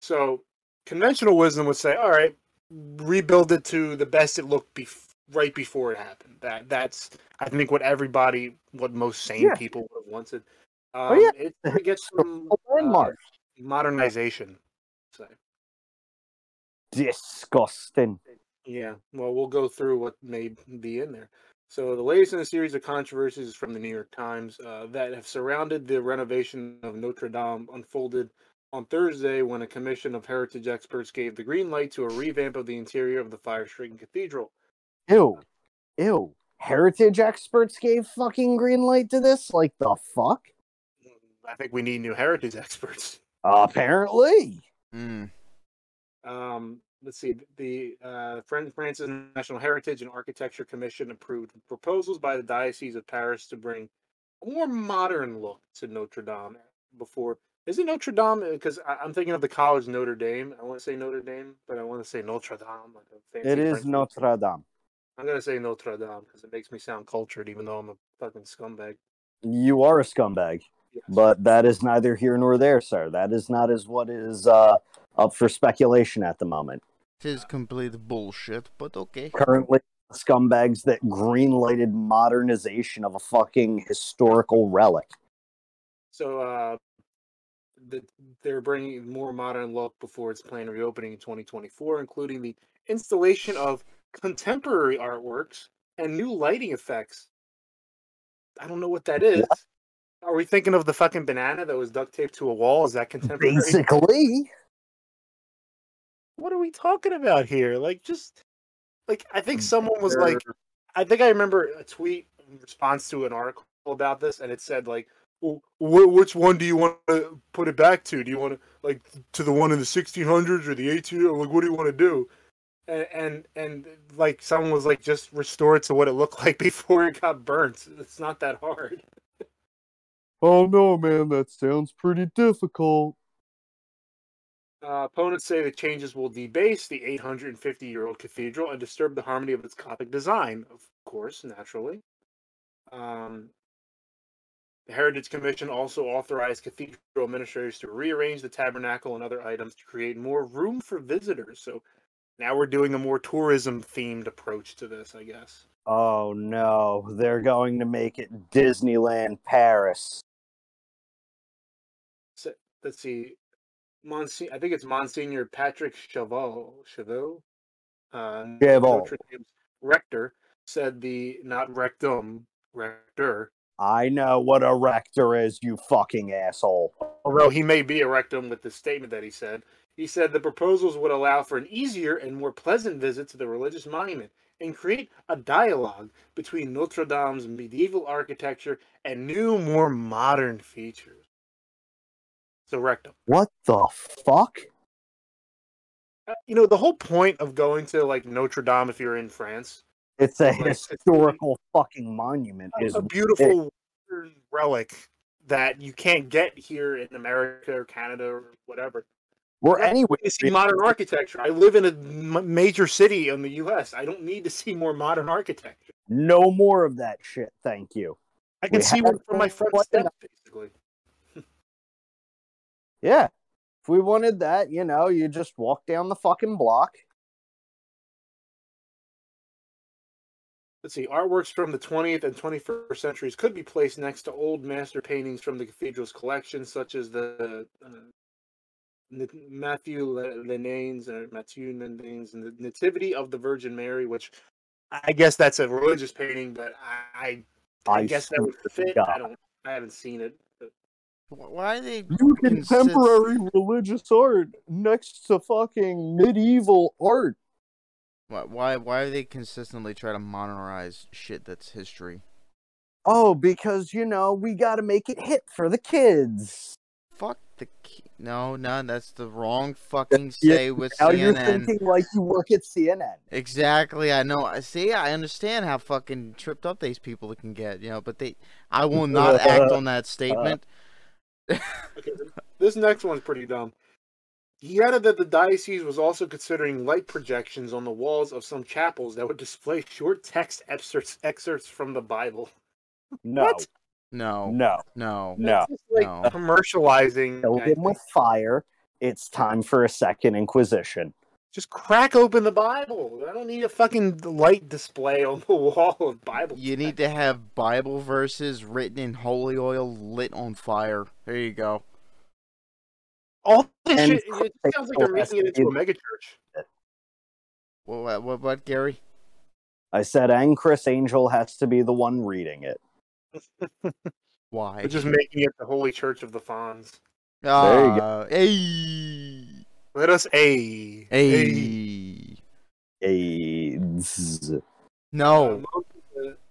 So conventional wisdom would say, all right, rebuild it to the best it looked bef- right before it happened. That that's I think what everybody, what most sane Yeah. people would have wanted. Um, Oh, yeah. it, it gets <laughs> some A landmark. uh, modernization. So Disgusting. yeah, well, we'll go through what may be in there. So the latest in a series of controversies from the New York Times uh, that have surrounded the renovation of Notre Dame unfolded on Thursday when a commission of heritage experts gave the green light to a revamp of the interior of the fire-stricken cathedral. Ew. Ew. Heritage experts gave fucking green light to this? Like the fuck? I think we need new heritage <laughs> experts. Apparently. Mm. Um, let's see. The uh, Fran- France's National Heritage and Architecture Commission approved proposals by the Diocese of Paris to bring a more modern look to Notre Dame. Before is it Notre Dame? Because I'm thinking of the college Notre Dame. I want to say Notre Dame, but I want to say Notre Dame. Like a fancy It is French- Notre Dame. I'm gonna say Notre Dame because it makes me sound cultured, even though I'm a fucking scumbag. You are a scumbag, Yes. but that is neither here nor there, sir. That is not as what is uh, up for speculation at the moment. Tis complete bullshit, but okay. Currently, scumbags that greenlighted modernization of a fucking historical relic. So uh, the, they're bringing more modern look before its planned reopening in 2024, including the installation of contemporary artworks and new lighting effects. I don't know what that is. Are we thinking of the fucking banana that was duct taped to a wall? Is that contemporary? Basically, What are we talking about here? Like, just like I think someone was like, I think I remember a tweet in response to an article about this, and it said like, well, wh- "Which one do you want to put it back to? Do you want to like to the one in the 1600s or the 1800s? Like, what do you want to do?" And, and and like someone was like, "Just restore it to what it looked <laughs> like before it got burnt. It's not that hard." Oh no, man, that sounds pretty difficult. Uh, opponents say the changes will debase the 850 year old cathedral and disturb the harmony of its Gothic design, of course, naturally. Um, the Heritage Commission also authorized cathedral administrators to rearrange the tabernacle and other items to create more room for visitors. So now we're doing a more tourism themed approach to this, I guess. Oh no, they're going to make it Disneyland Paris. Let's see. Monse- I think it's Monsignor Patrick Chauveau, Chauveau, uh, Chauveau. Notre Dame's rector, said the not rectum, rector, I know what a rector is, you fucking asshole. although he may be a rectum with the statement that he said. He said the proposals would allow for an easier and more pleasant visit to the religious monument and create a dialogue between Notre Dame's medieval architecture and new, more modern features. So, rectum. What the fuck? Uh, You know, the whole point of going to like Notre Dame if you're in France It's a Like, it's- historical fucking monument. <laughs> Is a beautiful Western relic that you can't get here in America or Canada or whatever. we're anyway. You see modern architecture. I live in a m- major city in the U.S. I don't need to see more modern architecture. No more of that shit, thank you. I can We see have one from my front one step, basically. Yeah. If we wanted that, you know, you just walk down the fucking block. Let's see. Artworks from the 20th and 21st centuries could be placed next to old master paintings from the cathedral's collection, such as the uh, Nat- Matthew Le- Lenane's or Matthew Lenane's and the Nativity of the Virgin Mary, which I guess that's a religious painting, but I I, I guess that would swear to fit. God. I don't. I haven't seen it. But Wh- Why they? New Consist- contemporary religious art next to fucking medieval art. wh- Why? Why they consistently try to monorize shit that's history? Oh, because you know we got to make it hit for the kids. Fuck the. Ki- no, no, that's the wrong fucking Yeah, say with Now you're CNN. thinking like you work at CNN. Exactly, I know. I See, I understand how fucking tripped up these people can get, you know. But they, <laughs> I will not act on Uh, that statement. Okay, this next one's pretty dumb. He added that the diocese was also considering light projections on the walls of some chapels that would display short text excerpts excerpts from the Bible. No, What? No, no, no, no. That's just like No. commercializing. Killed I him with fire. It's time for a second inquisition. Just crack open the Bible. I don't need a fucking light display on the <laughs> wall of Bible. You need to have Bible verses written in holy oil, lit on fire. There you go. all this And shit. It just sounds like they're making it into a megachurch. What? What? What? what Gary? I said, and Chris Angel has to be the one reading it. Why? They're just making it the Holy Church of the Fons. There you Ah, Hey, Let us a hey. AIDS. Uh, No.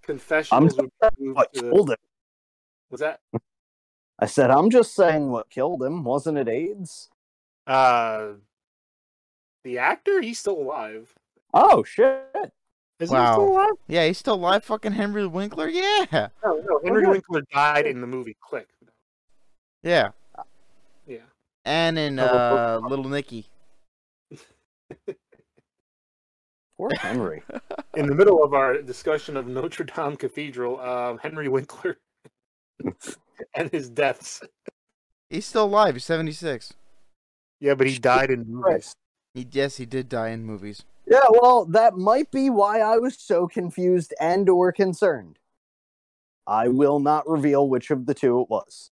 confessionals. Oh. I'm- would move What to the- killed him? was that? I said, I'm just saying what killed him. Wasn't it AIDS? Uh, the actor? He's still alive. Oh, shit. Isn't he Wow. still alive? Yeah, he's still alive. Fucking Henry Winkler. Yeah. No, no. Henry yeah. Winkler died in the movie Click. Yeah. Yeah. And in Oh, uh, Little Nicky. Poor Henry. <laughs> In the middle of our discussion of Notre Dame Cathedral, um, Henry Winkler <laughs> and his deaths. He's still alive. He's seventy six. Yeah, but he died in movies. Christ. He yes, he did die in movies. Yeah, well, that might be why I was so confused and or concerned. I will not reveal which of the two it was.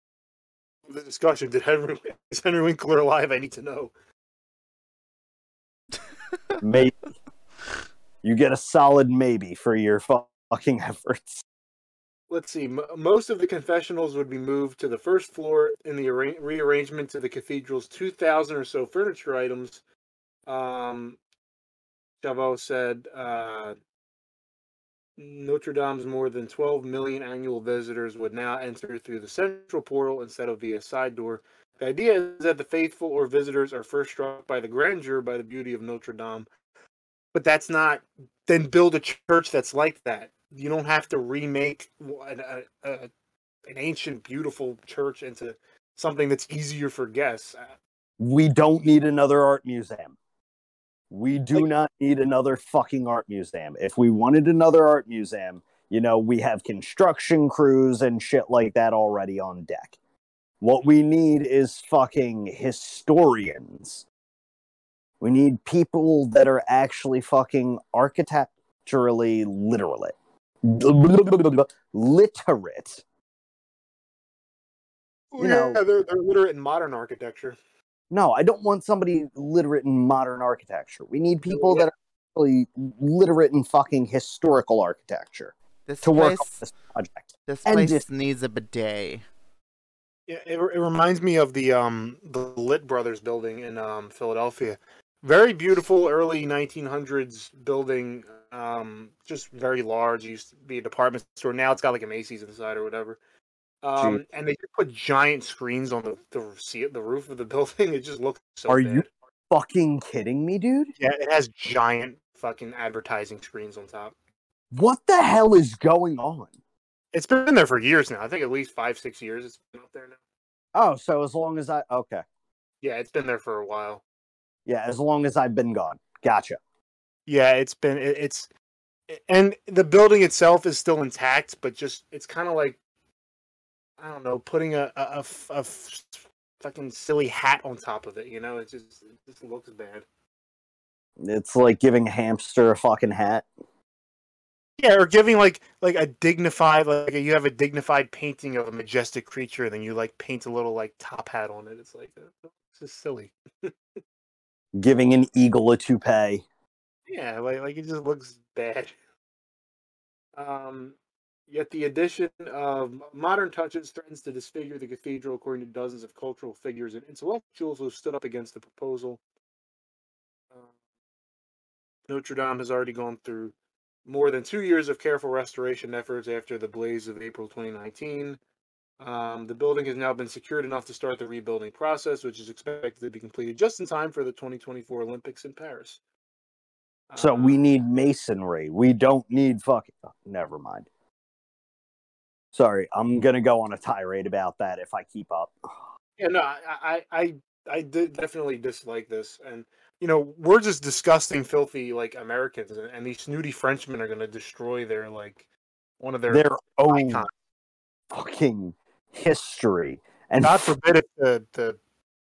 The discussion: Did Henry <laughs> is Henry Winkler alive? I need to know. Maybe. you get a solid maybe for your fu- fucking <laughs> efforts. let's see m- most of the confessionals would be moved to the first floor in the arra- rearrangement to the cathedral's 2000 or so furniture items um Chavo said uh Notre Dame's more than 12 million annual visitors would now enter through the central portal instead of via side door. The idea is that the faithful or visitors are first struck by the grandeur, by the beauty of Notre Dame. But that's not then build a church that's like that. You don't have to remake w- an, a, a, an ancient, beautiful church into something that's easier for guests. Uh, We don't need another art museum. We do Like- not need another fucking art museum. If we wanted another art museum, you know, we have construction crews and shit like that already on deck. What we need is fucking historians. We need people that are actually fucking architecturally literate. Literate. You know- yeah, they're, they're literate in modern architecture. No, I don't want somebody literate in modern architecture. We need people that are actually literate in fucking historical architecture This to work place, on this project. this and place just- needs a bidet. Yeah, it, re- it reminds me of the um the Lit Brothers building in um Philadelphia. Very beautiful early 1900s building. Um, just very large. It used to be a department store. Now it's got like a Macy's inside or whatever. Um, and they just put giant screens on the the, sea- the roof of the <laughs> building. It just looks so. Are bad. you- Fucking kidding me, dude? Yeah, it has giant fucking advertising screens on top. What the hell is going on? It's been there for years now. I think at least five, six years. It's been up there now. Oh, so as long as I okay. Yeah, it's been there for a while. Yeah, as long as I've been gone. Gotcha. Yeah, it's been it, it's and the building itself is still intact, but just it's kind of like I don't know, putting a a- a f- a f- fucking silly hat on top of it. You know, it just it just looks bad. It's like giving a hamster a fucking hat. Yeah, or giving like like a dignified like you have a dignified painting of a majestic creature, and then you like paint a little like top hat on it. It's like uh, it's just silly. Giving an eagle a toupee. Yeah, like like it just looks bad. Um, Yet the addition of modern touches threatens to disfigure the cathedral, according to dozens of cultural figures and intellectuals who stood up against the proposal. Uh, Notre Dame has already gone through more than two years of careful restoration efforts after the blaze of April 2019. Um, the building has now been secured enough to start the rebuilding process, which is expected to be completed just in time for the 2024 Olympics in Paris. So Uh, we need masonry. We don't need fucking. oh, never mind. Sorry, I'm gonna go on a tirade about that if I keep up. Yeah, no, I, I, I, I did definitely dislike this, and you know, we're just disgusting, filthy like Americans, and, and these snooty Frenchmen are going to destroy their like one of their Their own icons. fucking history and God forbid if the, the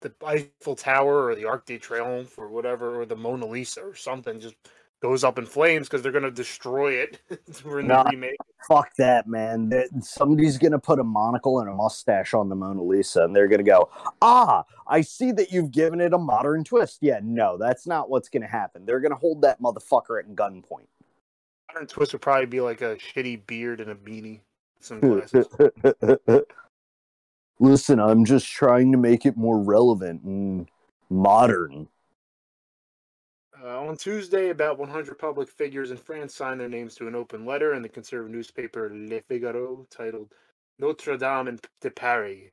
the Eiffel Tower or the Arc de Triomphe or whatever or the Mona Lisa or something just goes up in flames because they're going to destroy it <laughs> during Nah. the remake. fuck that, man. That- Somebody's gonna put a monocle and a mustache on the Mona Lisa, and they're gonna go, "Ah, I see that you've given it a modern twist." Yeah, no, that's not what's gonna happen. They're gonna hold that motherfucker at <laughs> gunpoint. Modern twist would probably be like a shitty beard and a beanie, sunglasses. <laughs> Listen, I'm just trying to make it more relevant and modern. Uh, on Tuesday, about 100 public figures in France signed their names to an open letter in the conservative newspaper Le Figaro titled Notre Dame in- de Paris.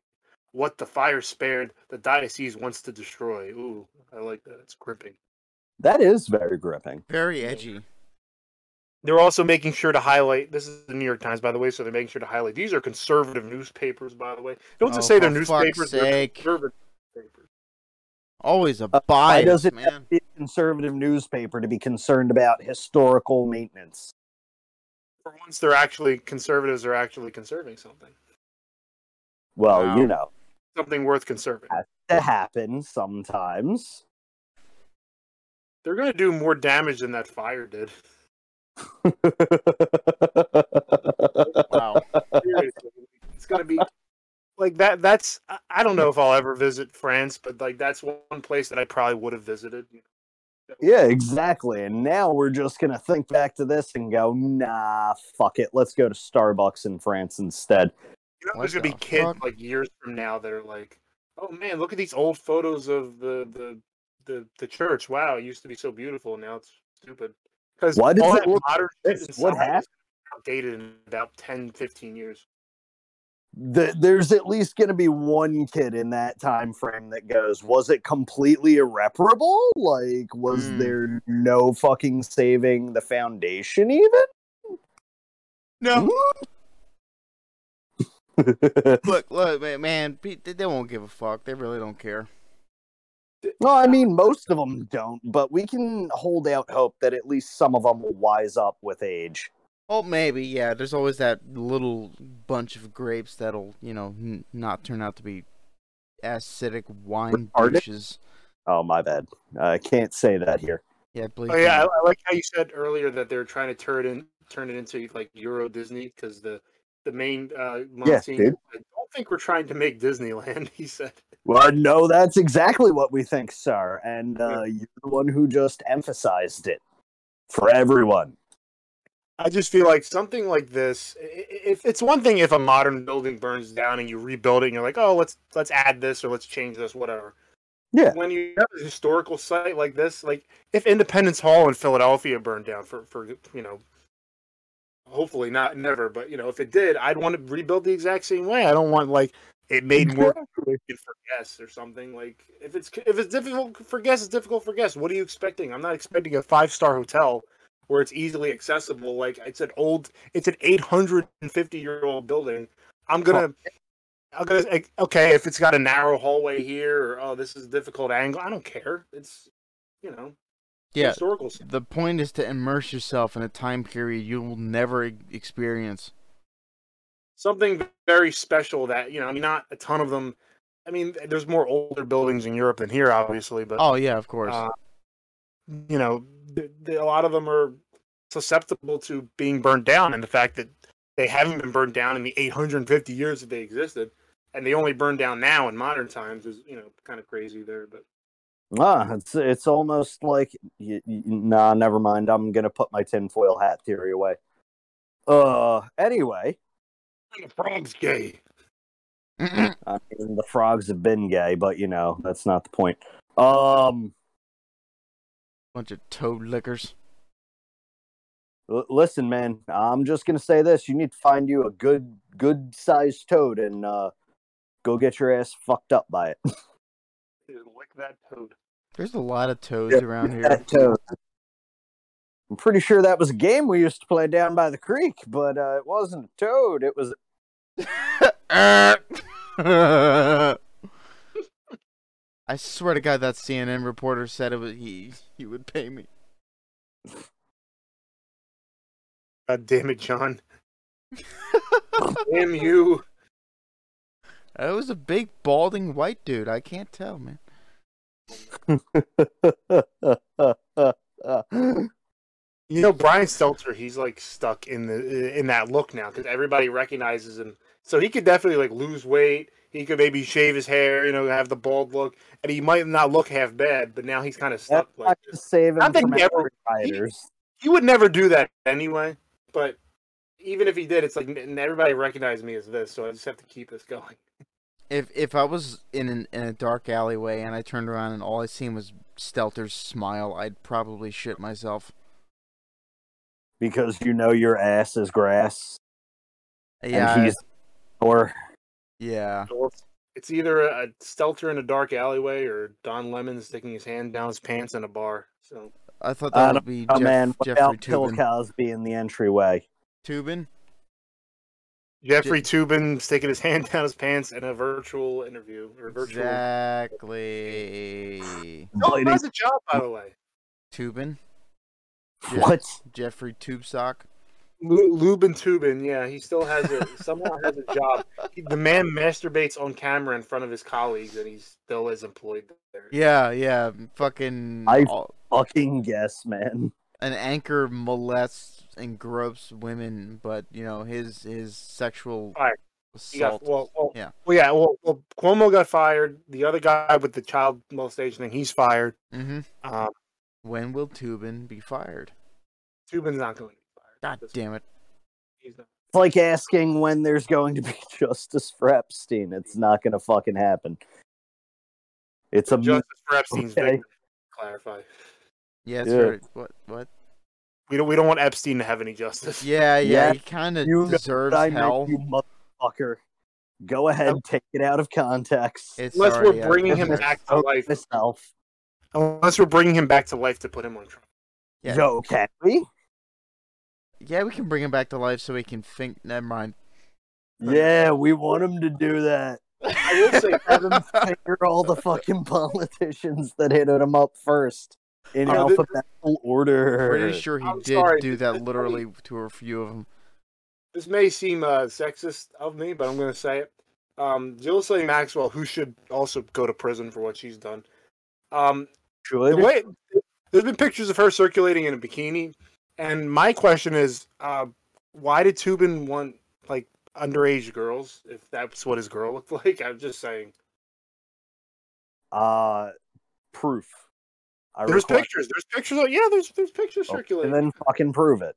What the fire spared, the diocese wants to destroy. Ooh, I like that. It's gripping. That is very gripping. Very edgy. They're also making sure to highlight this is the New York Times, by the way, so they're making sure to highlight these are conservative newspapers, by the way. Don't just Oh, say they're for fuck's newspapers, they're sake. conservative newspapers. Always a Why bias, does it have man. to be a conservative newspaper to be concerned about historical maintenance? For once, they're actually conservatives are actually conserving something. Well, Wow. you know, Something worth conserving. that happens <laughs> sometimes. They're going to do more damage than that fire did. <laughs> <laughs> Wow. Seriously. it's gonna be like that. That's I- I don't know if I'll ever visit France, but like that's one place that I probably would have visited. you know. yeah, exactly. And now we're just going to think back to this and go, nah, fuck it. Let's go to Starbucks in France instead. You know, What there's gonna the be kids fuck? like years from now that are like, "Oh man, look at these old photos of the the the, the church. Wow, it used to be so beautiful. Now it's stupid." Because Why does all it that look modern like shit this? What inside is happened? outdated in about 10, 15 years. Th there's at least going to be one kid in that time frame that goes, was it completely irreparable? Like, was Hmm. there no fucking saving the foundation even? No, <laughs> look, look, man, man pe- they they won't give a fuck. They really don't care. Well, I mean, most of them don't, but we can hold out hope that at least some of them will wise up with age. Oh, maybe, yeah. There's always that little bunch of grapes that'll, you know, n- not turn out to be acidic wine Retarded? douches. Oh, my bad. I can't say that here. Yeah, please. Oh yeah, I, don't. I like how you said earlier that they're trying to turn it in, turn it into like Euro Disney because the the main uh, Monsignor, dude. I don't think we're trying to make Disneyland. <laughs> He said, Well, no, that's exactly what we think, sir. And uh, you're the one who just emphasized it for everyone. "I just feel like something like this. i- i- If it's one thing if a modern building burns down and you rebuild it, and you're like, oh, let's let's add this or let's change this, whatever. Yeah. When you have a historical site like this, like if Independence Hall in Philadelphia burned down for for you know. Hopefully not, never. But you know, if it did, I'd want to rebuild the exact same way. I don't want like it made more it for guess or something like if it's if it's difficult for guess it's difficult for guess what are you expecting i'm not expecting a five star hotel where it's easily accessible like it's an old it's an 850 year old building i'm gonna i'm gonna like, okay if it's got a narrow hallway here or oh this is a difficult angle i don't care it's you know yeah. historical stuff. The point is to immerse yourself in a time period you will never e- experience. something very special that you know i mean not a ton of them i mean there's more older buildings in europe than here obviously but Oh yeah, of course. Uh, you know, th- th- a lot of them are susceptible to being burned down, and the fact that they haven't been burned down in the 850 years that they existed, and they only burned down now in modern times is you know kind of crazy there. But Ah, it's it's almost like y- y- nah. Never mind. I'm gonna put my tinfoil hat theory away. Uh, anyway, The frog's gay. Uh, I mean, the frogs have been gay, but you know that's not the point. Um, <clears throat> Bunch of toad lickers. l- listen, man, I'm just gonna say this: you need to find you a good, good-sized toad and uh, go get your ass fucked up by it. Dude, lick that toad. There's a lot of toads Yeah, <laughs> around <laughs> here. <laughs> That toad. I'm pretty sure that was a game we used to play down by the creek, but uh, it wasn't a toad. It was I swear to God, that CNN reporter said it was he. He would pay me. God damn it, John. damn you. It was a big balding white dude. I can't tell, man. You know Brian Stelter, he's like stuck in the in that look now because everybody recognizes him. So he could definitely like lose weight. He could maybe shave his hair, you know, have the bald look, and he might not look half bad. But now he's kind of <laughs> stuck. Like That's not to save him Not that from he ever- outsiders. you would never do that anyway. But even if he did, it's like n- everybody recognized me as this, so I just have to keep this going. If if I was in an, in a dark alleyway and I turned around and all I seen was Stelter's smile, I'd probably shit myself. because you know your ass is grass Yeah, and he's or yeah. So it's- It's either a, a Stelter in a dark alleyway or Don Lemon sticking his hand down his pants in a bar. So I thought I that don't would be a Jeff, oh, man Jeffrey without Bill Tubin. Cosby in the entryway. Tubin. Jeffrey Tubin sticking his hand down his pants in a virtual interview or virtual. Exactly. No, Bleeding- that's a job, by the way. Tubin. Yeah. What? Jeffrey Tubesock. Lu- Lubin Tubin, yeah, he still has a somehow has a job. He- the man masturbates on camera in front of his colleagues, and he still is employed there. Yeah, yeah. Fucking. I- all- Fucking guess, man. an anchor molests and gropes women, but you know his his sexual Alright. He got, assault. well, well, Yeah. well, yeah, well, well, Cuomo got fired. The other guy with the child molestation thing, he's fired. hmm Um, When will Tubin be fired? Tubin's not going to be fired. God This- damn it! He's not. It's like asking when there's going to be <laughs> justice for Epstein. It's not going to fucking happen. It's a Justice for Epstein's Okay. victim. Clarify. Yeah, it's Yeah. very- what what? We don't. We don't want Epstein to have any justice. Yeah, yeah. Yeah, He kind of you know deserves I know hell. you motherfucker. Go ahead, take it out of context. It's Unless already we're out bringing <laughs> of <laughs> him back context. to life. myself. Unless we're bringing him back to life to put him on trial. Yeah. Yo, can we? Yeah, we can bring him back to life so he can think. Never mind. Yeah, we want him to do <laughs> that. I will say, <laughs> Have him finger all the fucking politicians that hit him up first in Oh, thi- alphabetical order. Pretty sure he I'm did sorry, do this is <laughs> that funny. literally to a few of them. this may seem uh, sexist of me, but I'm going to say it. Um, Ghislaine Maxwell, who should also go to prison for what she's done. Um, Should. the way there's been pictures of her circulating in a bikini, and my question is, uh, why did Tubin want like underage girls if that's what his girl looked <laughs> like? I'm just saying. Uh, proof. I There's request- Oh, pictures. There's pictures. Of, yeah, there's there's pictures circulating. And then fucking prove it.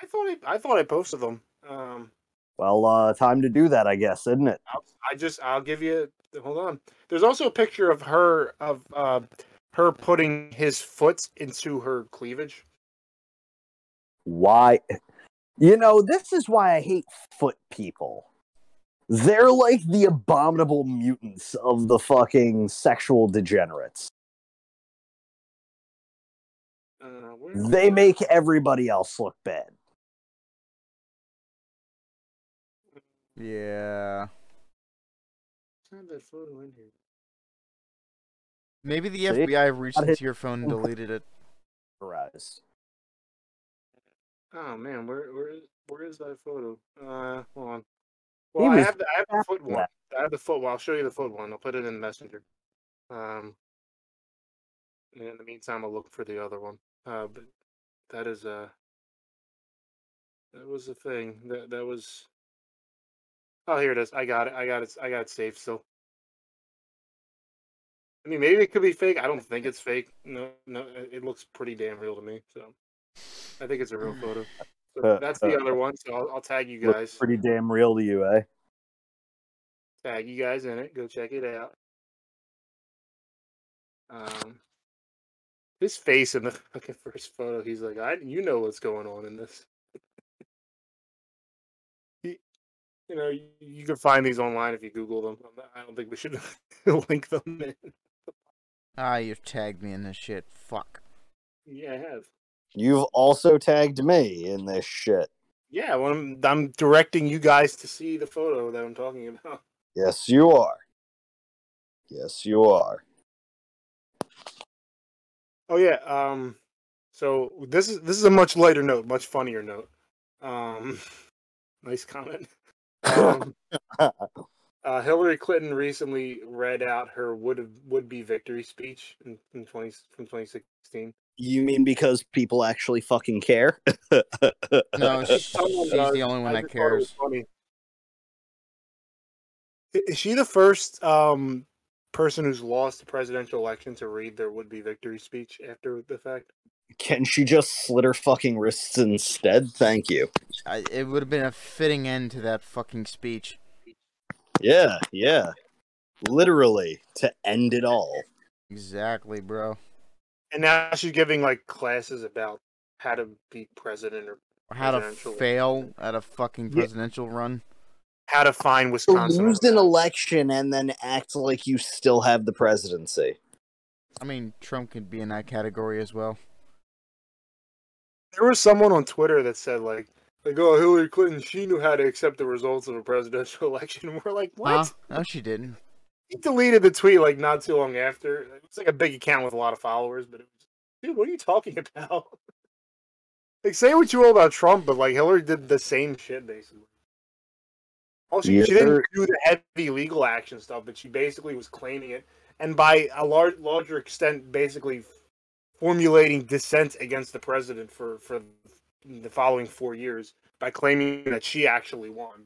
I thought I, I thought I posted them. Um, Well, uh, time to do that, I guess, isn't it? I'll, I just I'll give you. Hold on. There's also a picture of her of uh, her putting his foot into her cleavage. Why? You know, this is why I hate foot people. They're like the abominable mutants of the fucking sexual degenerates. Uh, where, They make everybody else look bad. Yeah. it's not that photo in here. Maybe the See? FBI reached Got his- into your phone and deleted it. Arise. Oh man, where where is where is that photo? Uh, hold on. He Well, I was have the I have the foot one. that. I have the foot one. I'll show you the foot one. I'll put it in Messenger. Um, and in the meantime, I'll look for the other one. Uh, but that is uh that was the thing that that was. Oh, here it is. I got it. I got it. I got it saved still. I mean, maybe it could be fake. I don't think it's fake. No, no, it it looks pretty damn real to me. So, I think it's a real photo. So that's the other one. So I'll, I'll tag you Looks guys. pretty damn real to you, eh? Tag you guys in it. Go check it out. Um, his face in the <laughs> fucking first photo. He's like, I, you know what's going on in this. He- You know, you, you can find these online if you Google them. I'm not- I don't think we should <laughs> link them. In. Ah, you've tagged me in this shit. <laughs> Fuck. Yeah, I have. You've also tagged me in this shit. Yeah, well, I'm, I'm directing you guys to see the photo that I'm talking about. Yes, you are. Yes, you <coughs> are. Oh yeah. Um. So this is this is a much lighter note, much funnier note. Um. <laughs> Nice <laughs> comment. Um, uh, Hillary Clinton recently read out her would would be victory speech in, in twenty from twenty sixteen. you mean because people actually fucking care? <laughs> No, sh- she's Someone the does. only one I that just thought it was cares. funny. I- Is she the first um person who's lost the presidential election to read their would be victory speech after the fact? Can she just slit her fucking wrists instead? Thank you. I, it would have been a fitting end to that fucking speech. Yeah, yeah. Literally to end it all. Exactly, bro. And now she's giving like classes about how to be president or How to Presidential. fail at a fucking Yeah. presidential run. how to find Wisconsin. Lose an on the map. election and then act like you still have the presidency. I mean, Trump could be in that category as well. there was someone on Twitter that said like, like, oh, Hillary Clinton, she knew how to accept the results of a presidential <laughs> election. And we're like, what? Huh? No, she didn't. He deleted the tweet like not too long after. It was like a big account with a lot of followers, but it was, dude, what are you talking <laughs> about? like, say what you will about Trump, but like Hillary did the same shit basically. Well, she, she Yeah. didn't do the heavy legal action stuff, but she basically was claiming it, and by a large, larger extent, basically formulating dissent against the president for for the following four years by claiming that she actually won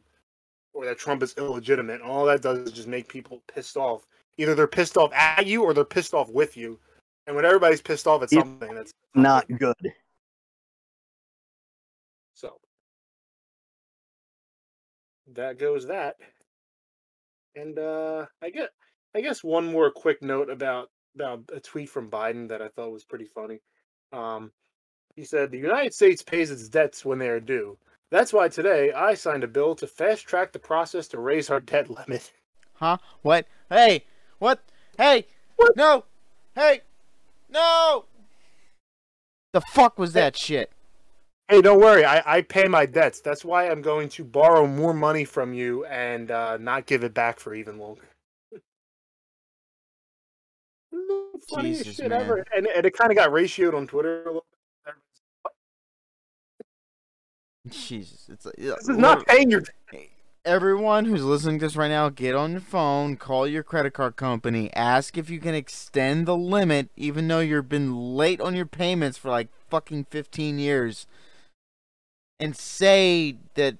or that Trump is illegitimate. And all that does is just make people pissed off. Either they're pissed off at you or they're pissed off with you. And when everybody's pissed off at Yeah. something, that's Not good. so. That goes that. And uh I get I guess one more quick note about about a tweet from Biden that I thought was pretty funny. Um he said the United States pays its debts when they are due. That's why today I signed a bill to fast track the process to raise our debt limit. Huh? What? Hey! What? Hey! What? No! Hey! No! The fuck was that shit? Hey, don't worry. I, I pay my debts. That's why I'm going to borrow more money from you and uh, not give it back for even longer. The Funniest Jesus, shit man. ever. And, and it kind of got ratioed on Twitter a little bit. Jesus. It's uh, This is not paying your. everyone who's listening to this right now, get on your phone, call your credit card company, ask if you can extend the limit, even though you've been late on your payments for like fucking 15 years, and say that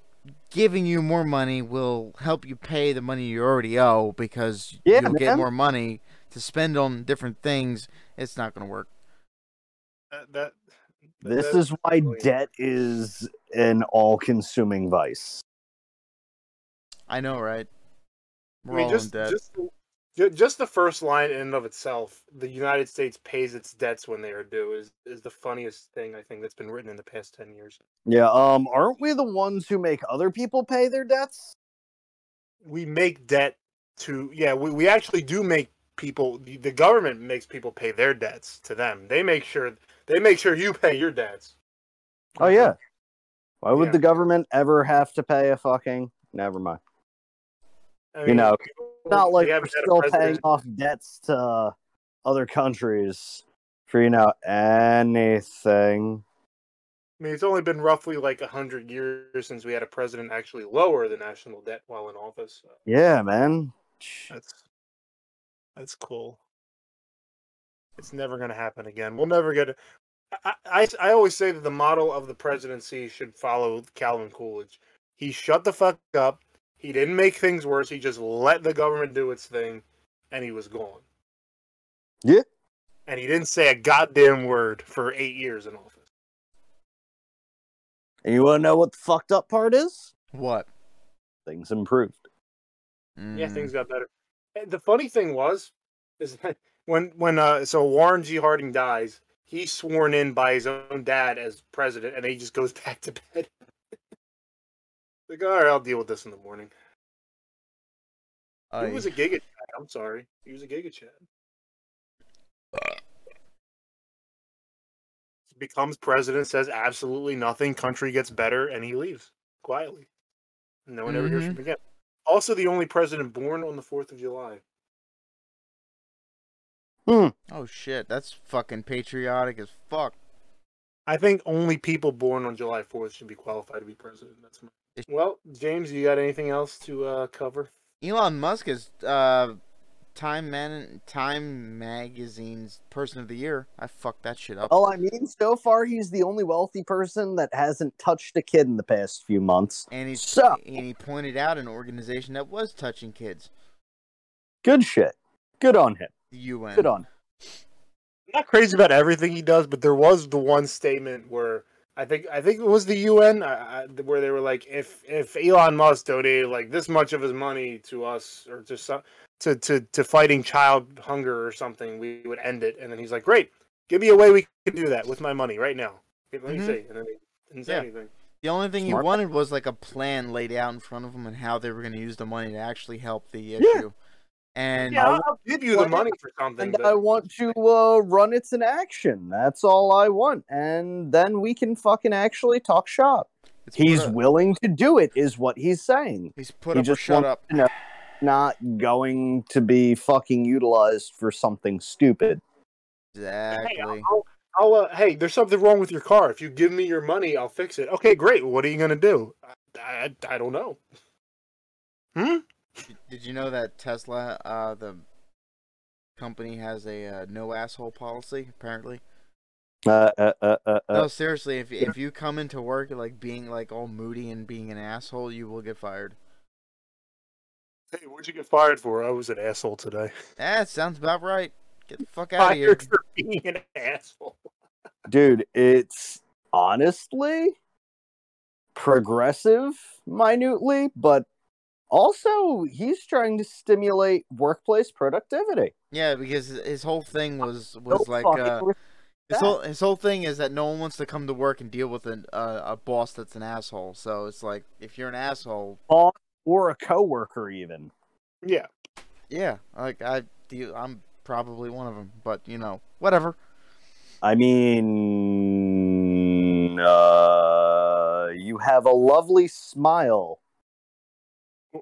giving you more money will help you pay the money you already owe because Yeah, you'll get man. more money to spend on different things. It's not going to work. That, that, This that- is why debt is an all consuming vice. I know, right? I We're mean, all just, in debt. just, ju- just the first line in and of itself, the United States pays its debts when they are due, is, is the funniest thing I think that's been written in the past 10 years. Yeah, um, aren't we the ones who make other people pay their debts? we make debt to yeah we, we actually do make people the, the government makes people pay their debts to them they make sure they make sure you pay your debts Oh yeah. Why would Yeah. the government ever have to pay a fucking? Never mind. I You know, we Not like we're haven't had a still paying president- off debts to other countries for you know anything. i mean it's only been roughly like 100 years since we had a president actually lower the national debt while in office so Yeah, man. that's that's cool it's never going to happen again we'll never get I, I i always say that the model of the presidency should follow calvin coolidge he shut the fuck up he didn't make things worse he just let the government do its thing and he was gone Yeah. and he didn't say a goddamn word for eight years in office And you want to know what the fucked up part is? What? Things improved. Yeah, Mm. things got better. And the funny thing was, is that <laughs> when when uh, so Warren G. Harding dies, he's sworn in by his own dad as president, and he just goes <laughs> back to bed. like, all right, I'll deal with this in the morning. Aye. Mm, He was a giga. Chad, I'm sorry, he was a giga Chad. Becomes president, says absolutely nothing. Country gets better, and he leaves quietly. No one ever hears Mhm. from him again. Also, the only president born on the Fourth of July. Hmm. Oh shit, that's fucking patriotic as fuck. I think only people born on July 4th should be qualified to be president. That's my... It- Well, James, you got anything else to uh, cover? Elon Musk is uh, Time Man Time Magazine's Person of the Year. I fucked that shit up. Oh, I mean, so far he's the only wealthy person that hasn't touched a kid in the past few months. And he So- and he pointed out an organization that was touching kids, Good shit. Good on him. the UN. Good on. him. I'm not crazy about everything he does, but there was the one statement where I think I think it was the UN I, I, where they were like, if if Elon Musk donated like this much of his money to us or to some to to to fighting child hunger or something, we would end it. And then he's like, great, give me a way we can do that with my money right now. Let me Mm-hmm. Mhm. see, and then he didn't say Yeah. anything. The only thing Smart. he wanted was like a plan laid out in front of him and how they were going to use the money to actually help the issue. And yeah, I'll, I'll give you the Well, money for something. And but- I want to uh, run its in action. That's all I want. And then we can fucking actually talk shop. it's put He's up- willing to do it, is what he's saying. he's put he up or just shut wants up. to know not going to be fucking utilized for something stupid. Hey, I'll, Exactly. I'll, I'll, uh, hey, there's something wrong with your car. If you give me your money, I'll fix it. Okay, great. What are you gonna do? I, I, I don't know. Hmm. Did you know that Tesla, uh, the company, has a uh, no asshole policy? Apparently. Uh, uh, uh, uh, uh. no, seriously. If if you come into work like being like all moody and being an asshole, you will get fired. Hey, what'd you get fired for? I was an asshole today. That sounds about right. Get the fuck out of here. Fired for being an asshole. Dude, it's honestly progressive, minutely, but also he's trying to stimulate workplace productivity. Yeah, because his whole thing was No was like fucking uh, re- his whole his whole thing is that no one wants to come to work and deal with an, uh, a boss that's an asshole. So it's like if you're an asshole, or a coworker, even. Yeah. yeah, like I do, I'm probably one of them. But you know, whatever. I mean, uh, you have a lovely smile.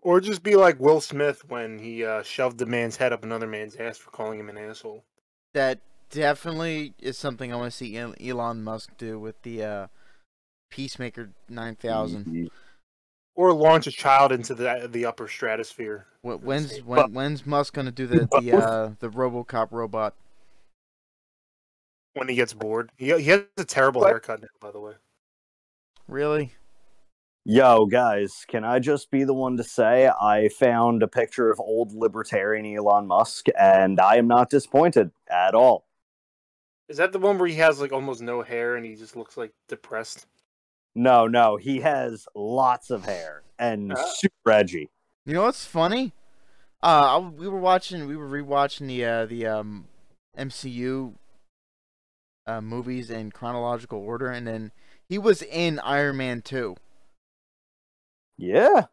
Or just be like Will Smith when he uh, shoved the man's head up another man's ass for calling him an asshole. That definitely is something I want to see El- Elon Musk do with the uh, Peacemaker nine thousand. Or launch a child into the the upper stratosphere. Wh- When's same. when, when's Musk gonna do the the uh, the RoboCop robot? When he gets bored, he, he has a terrible What? haircut now, by the way. Really? Yo, guys, can I just be the one to say I found a picture of old libertarian Elon Musk and I am not disappointed at all. Is that the one where he has like almost no hair and he just looks like depressed? No, no, he has lots of hair and Uh. super edgy. You know what's funny? Uh, I, we were watching, we were rewatching the uh, the um, MCU uh, movies in chronological order, and then he was in Iron Man two. Yeah.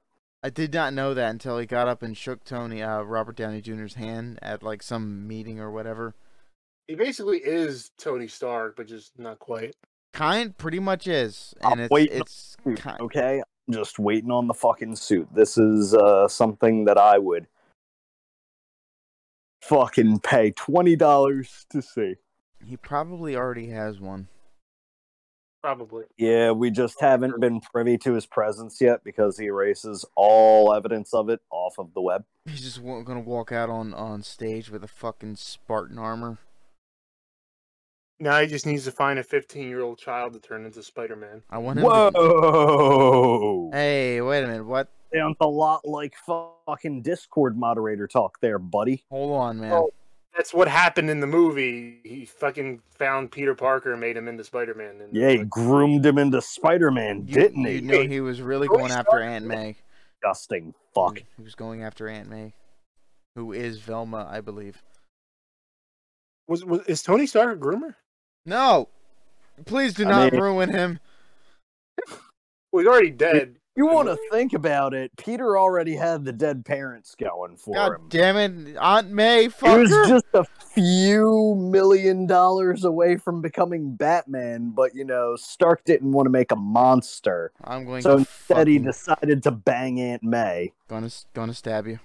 I did not know that until he got up and shook Tony uh, Robert Downey Jr.'s hand at like some meeting or whatever. He basically is Tony Stark, but just not quite. Kind pretty much is, I'm and waiting on it's Dude, it's kind. Okay, I'm just waiting on the fucking suit. This is uh, something that I would fucking pay $20 to see. He probably already has one. Probably. Yeah, we just haven't been privy to his presence yet because he erases all evidence of it off of the web. He's just wa- gonna walk out on on stage with a fucking Spartan armor. Now he just needs to find a 15 year old child to turn into Spider Man. I want him. to- Whoa! Hey, wait a minute. What? Sounds a lot like fucking Discord moderator talk there, buddy. Hold on, man. Oh. that's what happened in the movie. He fucking found Peter Parker and made him into Spider Man. Yeah, he groomed him into Spider Man, You, didn't you he? know he was really Tony going Stark- after Aunt May. Disgusting fuck. He- He was going after Aunt May, who is Velma, I believe. Was, was is Tony Stark a groomer? No, please do I not mean- ruin him. Well, he's already dead. You want to think about it? Peter already had the dead parents going for God him. damn it, Aunt May, He was fucker. just a few million dollars away from becoming Batman, but you know, Stark didn't want to make a monster. I'm going So to instead, he fucking, decided to bang Aunt May. gonna gonna stab you.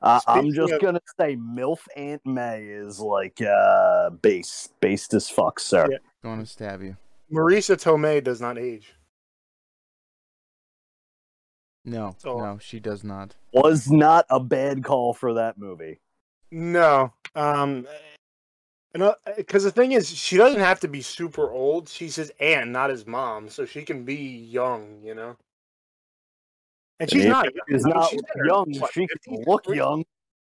Uh, I'm Speaking just of- gonna say, MILF Aunt May is like uh, base, based as fuck, sir. Yeah. Gonna stab you. Marisa Tomei does not age. No, So- no, she does not. Was not a bad call for that movie. No. Um because the thing is she doesn't have to be super old. She's his aunt, not his mom, so she can be young, you know. And she's And not She's I mean, not she's in her, young. what, she 50s? can look young.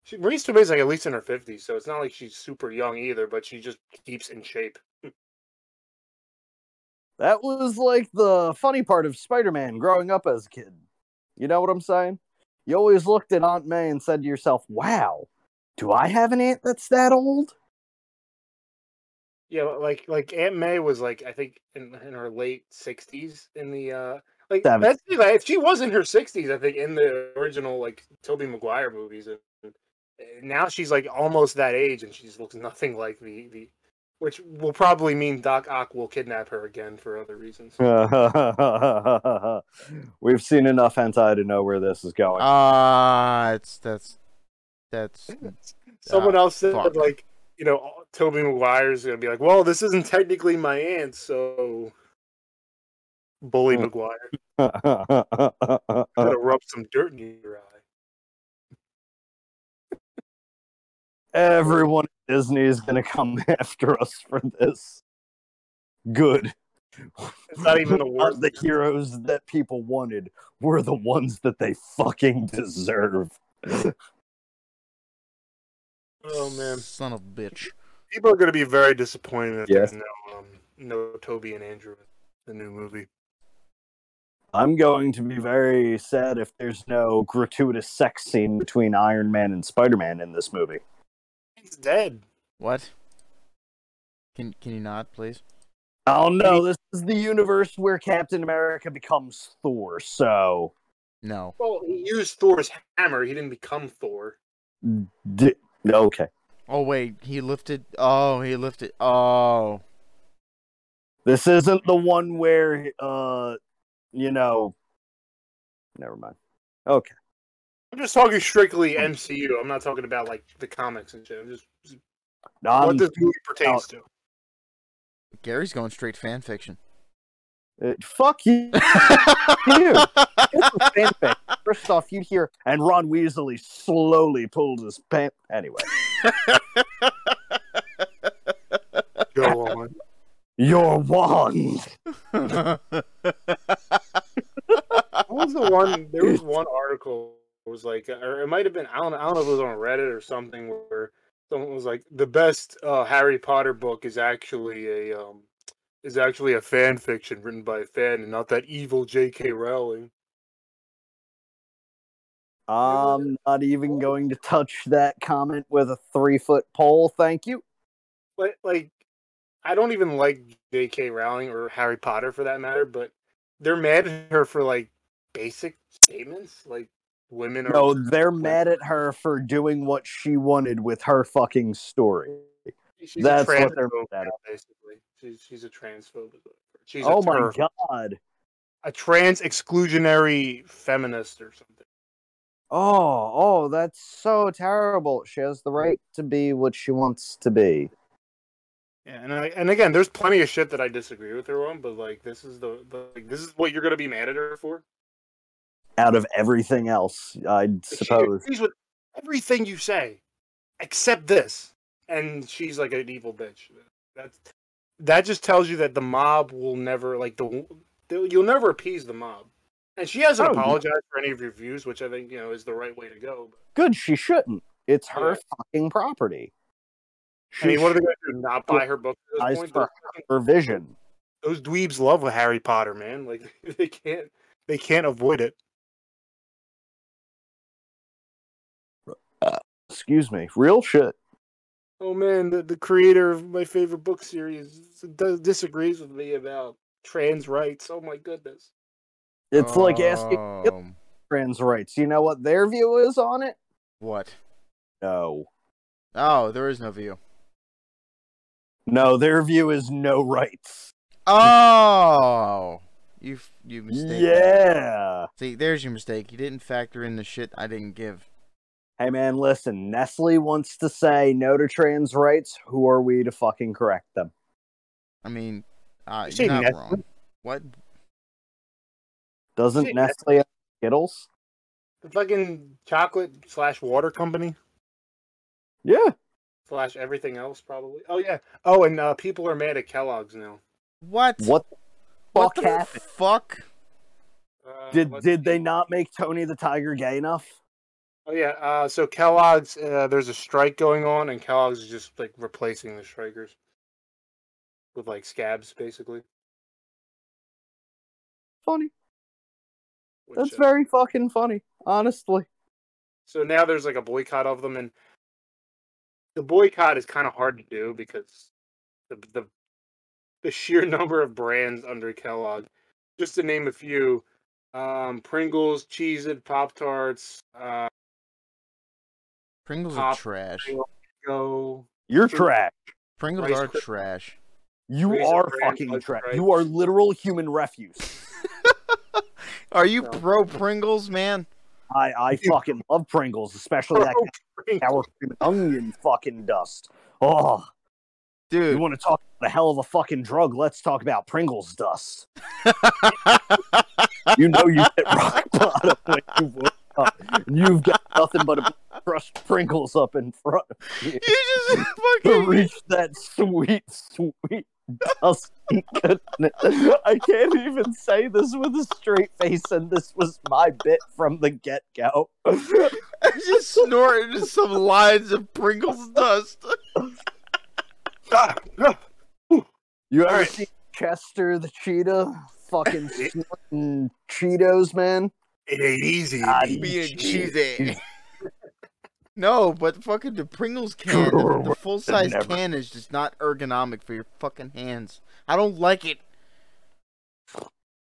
She, Maurice Tomei's like at least in her fifties, so it's not like she's super young either. But she just keeps in shape. That was like the funny part of Spider Man growing up as a kid. You know what I'm saying? You always looked at Aunt May and said to yourself, wow, do I have an aunt that's <laughs> that old? Yeah, like like Aunt May was like I think in, in her late sixties in the uh like Damn it. that's the thing, like, if she was in her sixties, I think in the original like Toby Maguire movies, and and now she's like almost that age, and she just looks nothing like the the, which will probably mean Doc Ock will kidnap her again for other reasons. We've seen enough hentai to know where this is going. Ah, it's that's that's <laughs> Someone else said fuck. like you know Toby Maguire's gonna be like, well, this isn't technically my aunt, so bully Hmm. Maguire. uh Gotta rub some dirt in your eye. Everyone at Disney is going to come <laughs> after us for this. Good. It's not even the Not worst. the heroes that people wanted were the ones that they fucking deserve. Oh man, son of a bitch. people are going to be very disappointed if Yes. there's no um, no Toby and Andrew in the new movie. I'm going to be very sad if there's no gratuitous sex scene between Iron Man and Spider Man in this movie. He's dead. What? Can can you not, please? Oh no, this is the universe where Captain America becomes Thor, so. No. Well, he used Thor's hammer. He didn't become Thor. D- okay. Oh wait, he lifted. Oh, he lifted. Oh, This isn't the one where, uh, you know. Never mind. Okay. I'm just talking strictly MCU. I'm not talking about like the comics and shit. I'm just I'm- what this movie pertains out. to. <laughs> Gary's going straight fan fiction. uh, fuck you. Dude, this is fanfic. First off, you'd hear, and Ron Weasley slowly pulled his pant. Anyway, Go on. your wand. What was the one? There <laughs> was one article it was like, or it might have been. I don't. I don't know if it was on Reddit or something where someone was like, the best uh, Harry Potter book is actually a um, is actually a fan fiction written by a fan and not that evil J.K. Rowling. I'm not even going to touch that comment with a three foot pole. Thank you. Like, like I don't even like J.K. Rowling or Harry Potter for that matter, but they're mad at her for like basic statements, like women are No, they're mad at her for doing what she wanted with her fucking story. She's That's a what they're transphobe mad at. now, basically. She's she's a transphobe. is what- She's oh a my turf- god. a trans exclusionary feminist or something. Oh, oh, that's so terrible. She has the right to be what she wants to be. Yeah, and I, and again, there's plenty of shit that I disagree with her on, but like this is the, the like, this is what you're gonna be mad at her for. Out of everything else, I'd Like, suppose. She agrees with everything you say, except this, and she's like an evil bitch. That's that just tells you that the mob will never like the they'll- you'll never appease the mob. And she hasn't Oh, yeah. apologized for any of your views, which I think you know is the right way to go. But Good, she shouldn't. It's her fucking property. I She mean, what are they going to do? Not buy her book at Eyes this point? for her vision. Those dweebs love Harry Potter, man. Like <laughs> they can't, they can't avoid it. Excuse me. Real shit. Oh man, the, the creator of my favorite book series d- disagrees with me about trans rights. Oh my goodness. It's like asking Oh. Um, trans rights. You know what their view is on it? What? No. Oh, there is no view. No, their view is no rights. Oh, you f- you mistake. Yeah. See, there's your mistake. You didn't factor in the shit I didn't give. Hey man, listen, Nestle wants to say no to trans rights. Who are we to fucking correct them? I mean, uh, You say you're not Nestle? wrong. What? Doesn't Shit, Nestle have Skittles? The fucking chocolate slash water company Yeah. slash everything else probably. Oh yeah. Oh, and uh, people are mad at Kellogg's now. What? What the fuck What the happened? fuck? Uh, Did let's did see. they not make Tony the Tiger gay enough? Oh yeah. Uh, so Kellogg's, uh, there's a strike going on, and Kellogg's is just like replacing the strikers with like scabs, basically. Funny. which, That's uh, very fucking funny, honestly. So now there's like a boycott of them, and the boycott is kind of hard to do because the the the sheer <laughs> number of brands under Kellogg. Just to name a few, um, Pringles, Cheez It, Pop Tarts, uh, Pringles Pop- are trash. Go. You're True. trash. Pringles Rice are Cri- trash. You Razor are brand, fucking Bud trash. Bright. You are literal human refuse. Are you No. pro Pringles, man? I, I fucking love Pringles, especially <laughs> that sour cream and onion fucking dust. Oh, you Dude. want to talk about a hell of a fucking drug? Let's talk about Pringles <laughs> dust. You know you hit rock <laughs> bottom when you wake up, and you've got nothing but a <laughs> crushed Pringles up in front of you just <laughs> you to fucking. reach that sweet, sweet dust. <laughs> goodness. I can't even say this with a straight face, and this was my bit from the get go. I just snorted just some lines of Pringles <laughs> dust. Ah, You ever All right. see Chester the cheetah fucking snorting Cheetos, man? It ain't easy. Ah, It you- Being cheesy. no, but fucking the Pringles can, the, <laughs> Sure, the full size never. can is just not ergonomic for your fucking hands. I don't like it. ain't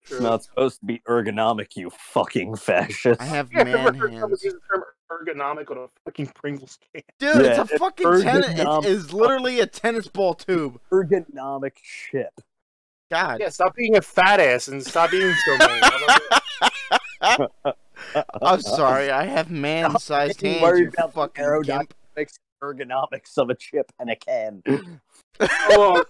It's not supposed to be ergonomic, you fucking fascist. <laughs> I have Yeah, man remember someone hands. used the term ergonomic on a fucking Pringles can. Dude, Yeah, it's a fucking tennis. ergonomic. It's, it's literally a tennis ball tube. ergonomic shit. God. Yeah, stop being a fat ass and stop eating so <laughs> many. How about that? I'm sorry, I have man-sized fucking hands. worried you about the fucking aerodynamics. gimp. Ergonomics of a chip and a can. <laughs> oh,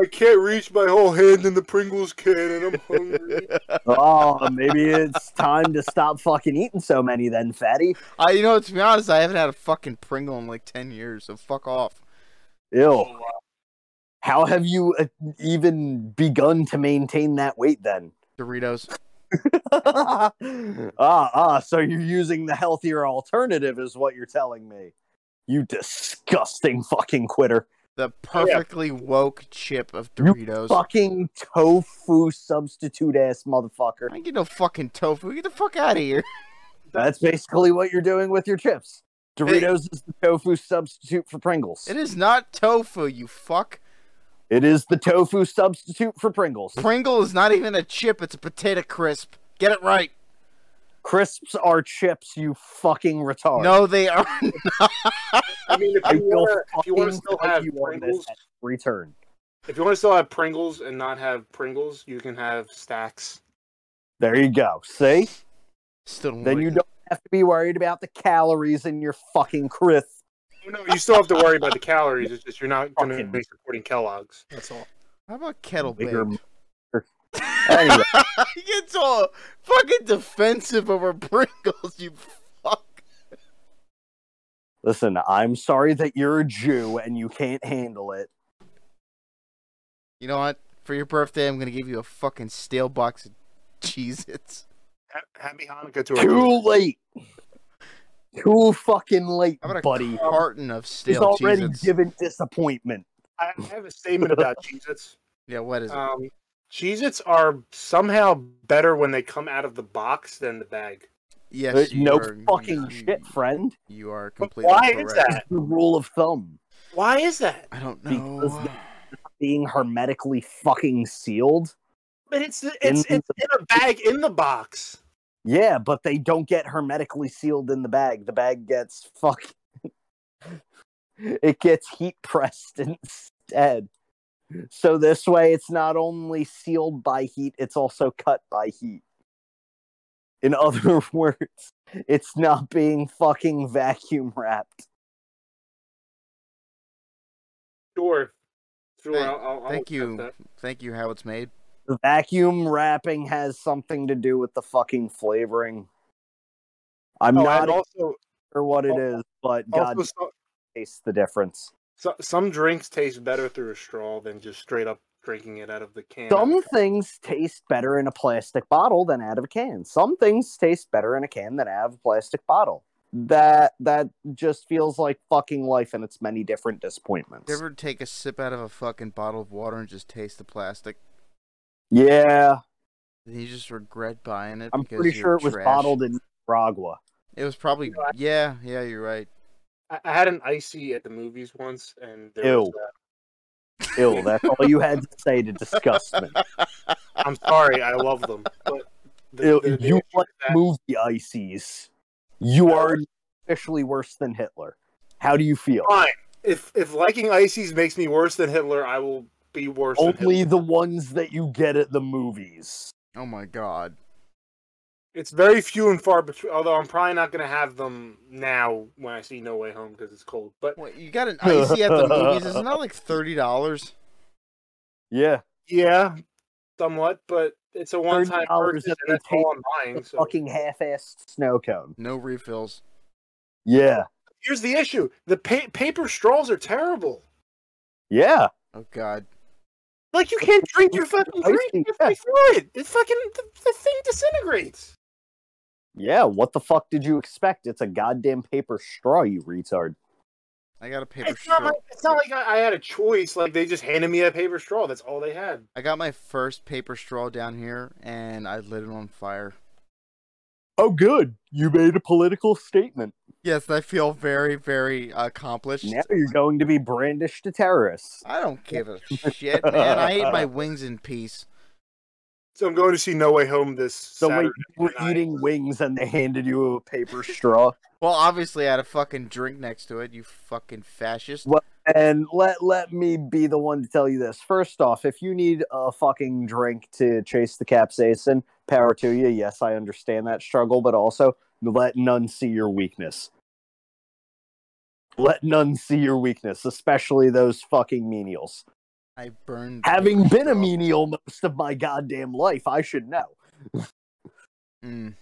I can't reach my whole hand in the Pringles can, and <laughs> I'm hungry. oh, maybe it's time to stop fucking eating so many then, fatty. I, you know, to be honest, I haven't had a fucking Pringle in like ten years, so fuck off. Ew. uh, How have you uh, even begun to maintain that weight then? Doritos. <laughs> ah, ah, so you're using the healthier alternative, is what you're telling me. You disgusting fucking quitter. The perfectly woke chip of You Doritos. Fucking tofu substitute ass motherfucker. I ain't get no fucking tofu. Get the fuck out of <laughs> here. That's basically what you're doing with your chips. Doritos is the tofu substitute for Pringles. It is not tofu, you fuck. It is the tofu substitute for Pringles. Pringle is not even a chip, it's a potato crisp. Get it right. Crisps are chips, you fucking retard. No, they are <laughs> I mean, if I you will want to, if you want to fucking still fight have you on this Pringles, at return. if you want to still have Pringles and not have Pringles, you can have stacks. There you go. See? still don't Then like you it. don't have to be worried about the calories in your fucking crisp. Oh, No, you still have to worry <laughs> about the calories. It's just you're not going to Fucking- be supporting Kellogg's. That's all. How about kettle Bigger baked? <laughs> Anyway, he gets all fucking defensive over Pringles, you fuck. listen, I'm sorry that you're a Jew and you can't handle it. You know what? For your birthday, I'm gonna give you a fucking stale <laughs> box of Cheez Its. Ha- Happy Hanukkah to our Too late. too fucking late, How about a buddy. carton of He's stale already cheeses? given disappointment. I have a statement about Cheez-Its. yeah, what is it? Uh, Um, Cheez-Its are somehow better when they come out of the box than the bag. yes, you Uh, no are- fucking you- shit, friend. You are But completely why correct. is that? The rule of thumb Why is that? I don't Because know. being hermetically fucking sealed. But it's it's it's In in a bag in the box. Yeah, but they don't get hermetically sealed in the bag. The bag gets fuck. <laughs> it gets heat pressed <laughs> instead. So this way, it's not only sealed by heat, it's also cut by heat. In <laughs> other words, it's not being fucking vacuum wrapped. Sure. Sure. Thank- I'll, I'll, I'll thank accept you. that. Thank you. How it's made. The vacuum wrapping has something to do with the fucking flavoring. I'm Oh, not and also, sure what it al- is, but God also so, tastes the difference. so, some drinks taste better through a straw than just straight up drinking it out of the can. Some things taste better in a plastic bottle than out of a can. Some things taste better in a can than out of a plastic bottle. That that just feels like fucking life and its many different disappointments. You ever take a sip out of a fucking bottle of water and just taste the plastic? Yeah, And you just regret buying it. I'm because pretty you're sure it was trash. bottled in Nicaragua. It was probably. You know, I- Yeah, yeah, you're right. I, I had an icy at the movies once, and there Ew. was a- Ew, that's all you had to say to disgust <laughs> me. I'm sorry, I love them, but Ew, you issue like with that- movie ices. You are officially worse than Hitler. How do you feel? fine. If if liking ices makes me worse than Hitler, I will be worse. than Only Hitler. the ones that you get at the movies. Oh my god. it's very few and far between. Although I'm probably not gonna have them now when I see No Way Home because it's cold. But What <laughs> you got an icy at the movies? Isn't that like thirty dollars? Yeah. yeah, somewhat. But it's a one time $30 purchase, that and they that's all I'm buying. the So fucking half-assed snow cone. No refills. Yeah, here's the issue: the pa- paper straws are terrible. yeah. Oh god. Like you can't drink your fucking Icy, drink halfway yeah. through it. It's fucking the, the thing disintegrates. Yeah, what the fuck did you expect? It's a goddamn paper straw, you retard. I got a paper It's not, straw. my, it's not like I, I had a choice. Like they just handed me a paper straw. That's all they had. I got my first paper straw down here, and I lit it on fire. Oh, good. You made a political statement. Yes, I feel very, very accomplished. Now you're going to be brandished a terrorist. I don't give a shit, man. I ate <laughs> my wings in peace. So I'm going to see No Way Home this So Saturday. wait, you were night. eating wings and they handed you a paper straw. Well, obviously, I had a fucking drink next to it. You fucking fascist. What? and let let me be the one to tell you this. First off, if you need a fucking drink to chase the capsaicin, power to you. Yes, I understand that struggle, but also let none see your weakness. Let none see your weakness, especially those fucking menials. I burned. the Having paper been a straw. menial most of my goddamn life, I should know. Mm.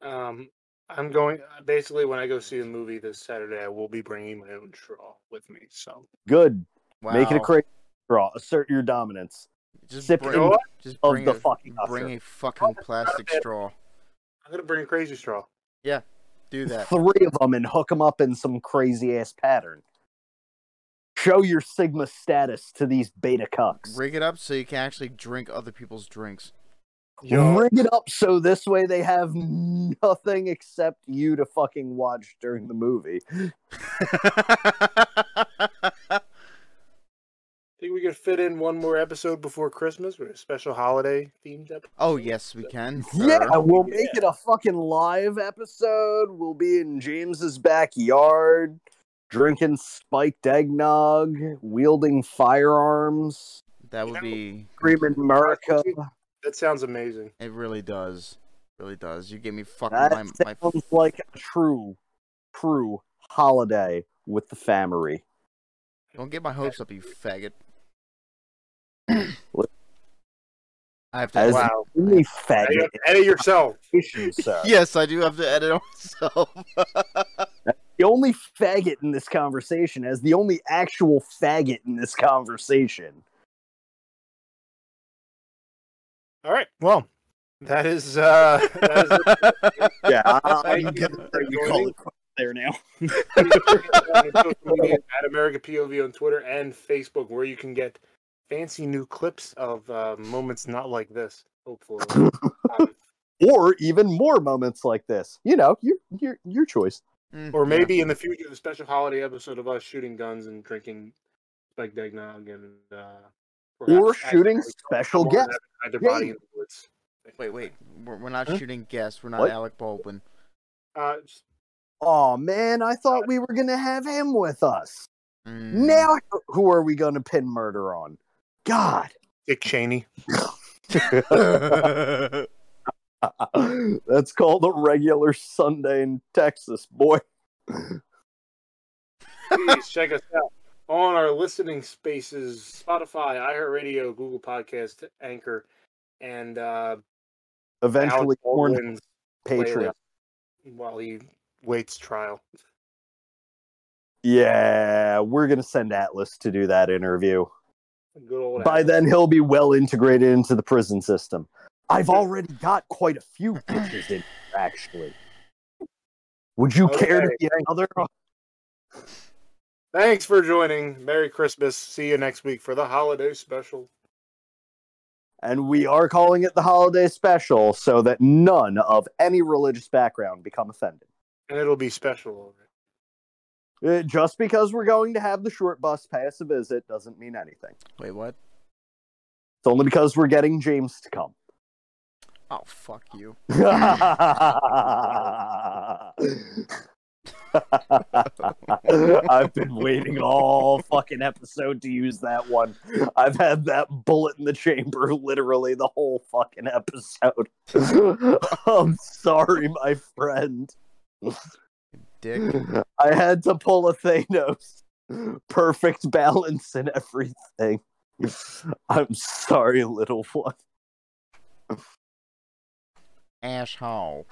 Um, I'm going basically when I go see a movie this Saturday. I will be bringing my own straw with me. So Good. Wow. Make it a crazy draw. Assert your dominance. Just sip bring, in of just the bring a, fucking bring usher. a fucking plastic straw. I'm gonna bring a crazy straw. Do that. three of them and hook them up in some crazy ass pattern. Show your Sigma status to these beta cucks. Rig it up so you can actually drink other people's drinks. <laughs> Yo, Rig it up so this way they have nothing except you to fucking watch during the movie. think we could fit in one more episode before Christmas or a special holiday themed episode. oh yes, we can. sir. Yeah, we'll make it a fucking live episode. We'll be in James's backyard, drinking spiked eggnog, wielding firearms, That would You know, be. screaming America. That sounds amazing. It really does. Really does. You give me fucking That my, my sounds like a true, true holiday with the family. Don't get my hopes up, you faggot. I have to. As edit- Wow. Only Edit, faggot edit yourself. issue, sir. Yes, I do have to edit on <laughs> myself. <laughs> The only faggot in this conversation, as the only actual faggot in this conversation. All right. Well, That is, uh, <laughs> that is Yeah, <laughs> I- Thank I'm you gonna for you joining. call it quits there now. on social media at America POV on Twitter and Facebook, where you can get fancy new clips of uh, moments not like this. <laughs> Hopefully, Um, Or even more moments like this. You know, your your your choice. <laughs> Mm, or yeah. maybe in the future, the special holiday episode of us shooting guns and drinking like eggnog and uh, Or perhaps- shooting special someone guests. having their Yeah. body in the woods. Wait, wait. We're, we're not Huh? shooting guests. We're not What? Alec Baldwin. Uh, just- Oh man, I thought we were gonna have him with us. Mm. Hmm. Now, who are we gonna pin murder on? <laughs> God, Dick Cheney. <laughs> that's called a regular Sunday in Texas, boy. Please check us out on our listening spaces: Spotify, iHeartRadio, Google Podcast, Anchor, and uh, Eventually, Alec born Baldwin's Patreon. playlist while he waits trial. Yeah, we're gonna send Atlas to do that interview. Good old By Atlas. then, he'll be well integrated into the prison system. I've already got quite a few pictures in here, actually. Would you care to Okay. be another? Thanks for joining. Merry Christmas. See you next week for the holiday special. And we are calling it the holiday special so that none of any religious background become offended. And it'll be special. Uh, Just because we're going to have the short bus pay us a visit doesn't mean anything. <laughs> Wait, what? It's only because we're getting James to come. <laughs> Oh, fuck you. I've been waiting all fucking episode to use that one. I've had that bullet in the chamber literally the whole fucking episode. <laughs> I'm sorry, my friend. Dick. <laughs> I had to pull a Thanos. Perfect balance in everything. I'm sorry, little one. Ash Hall.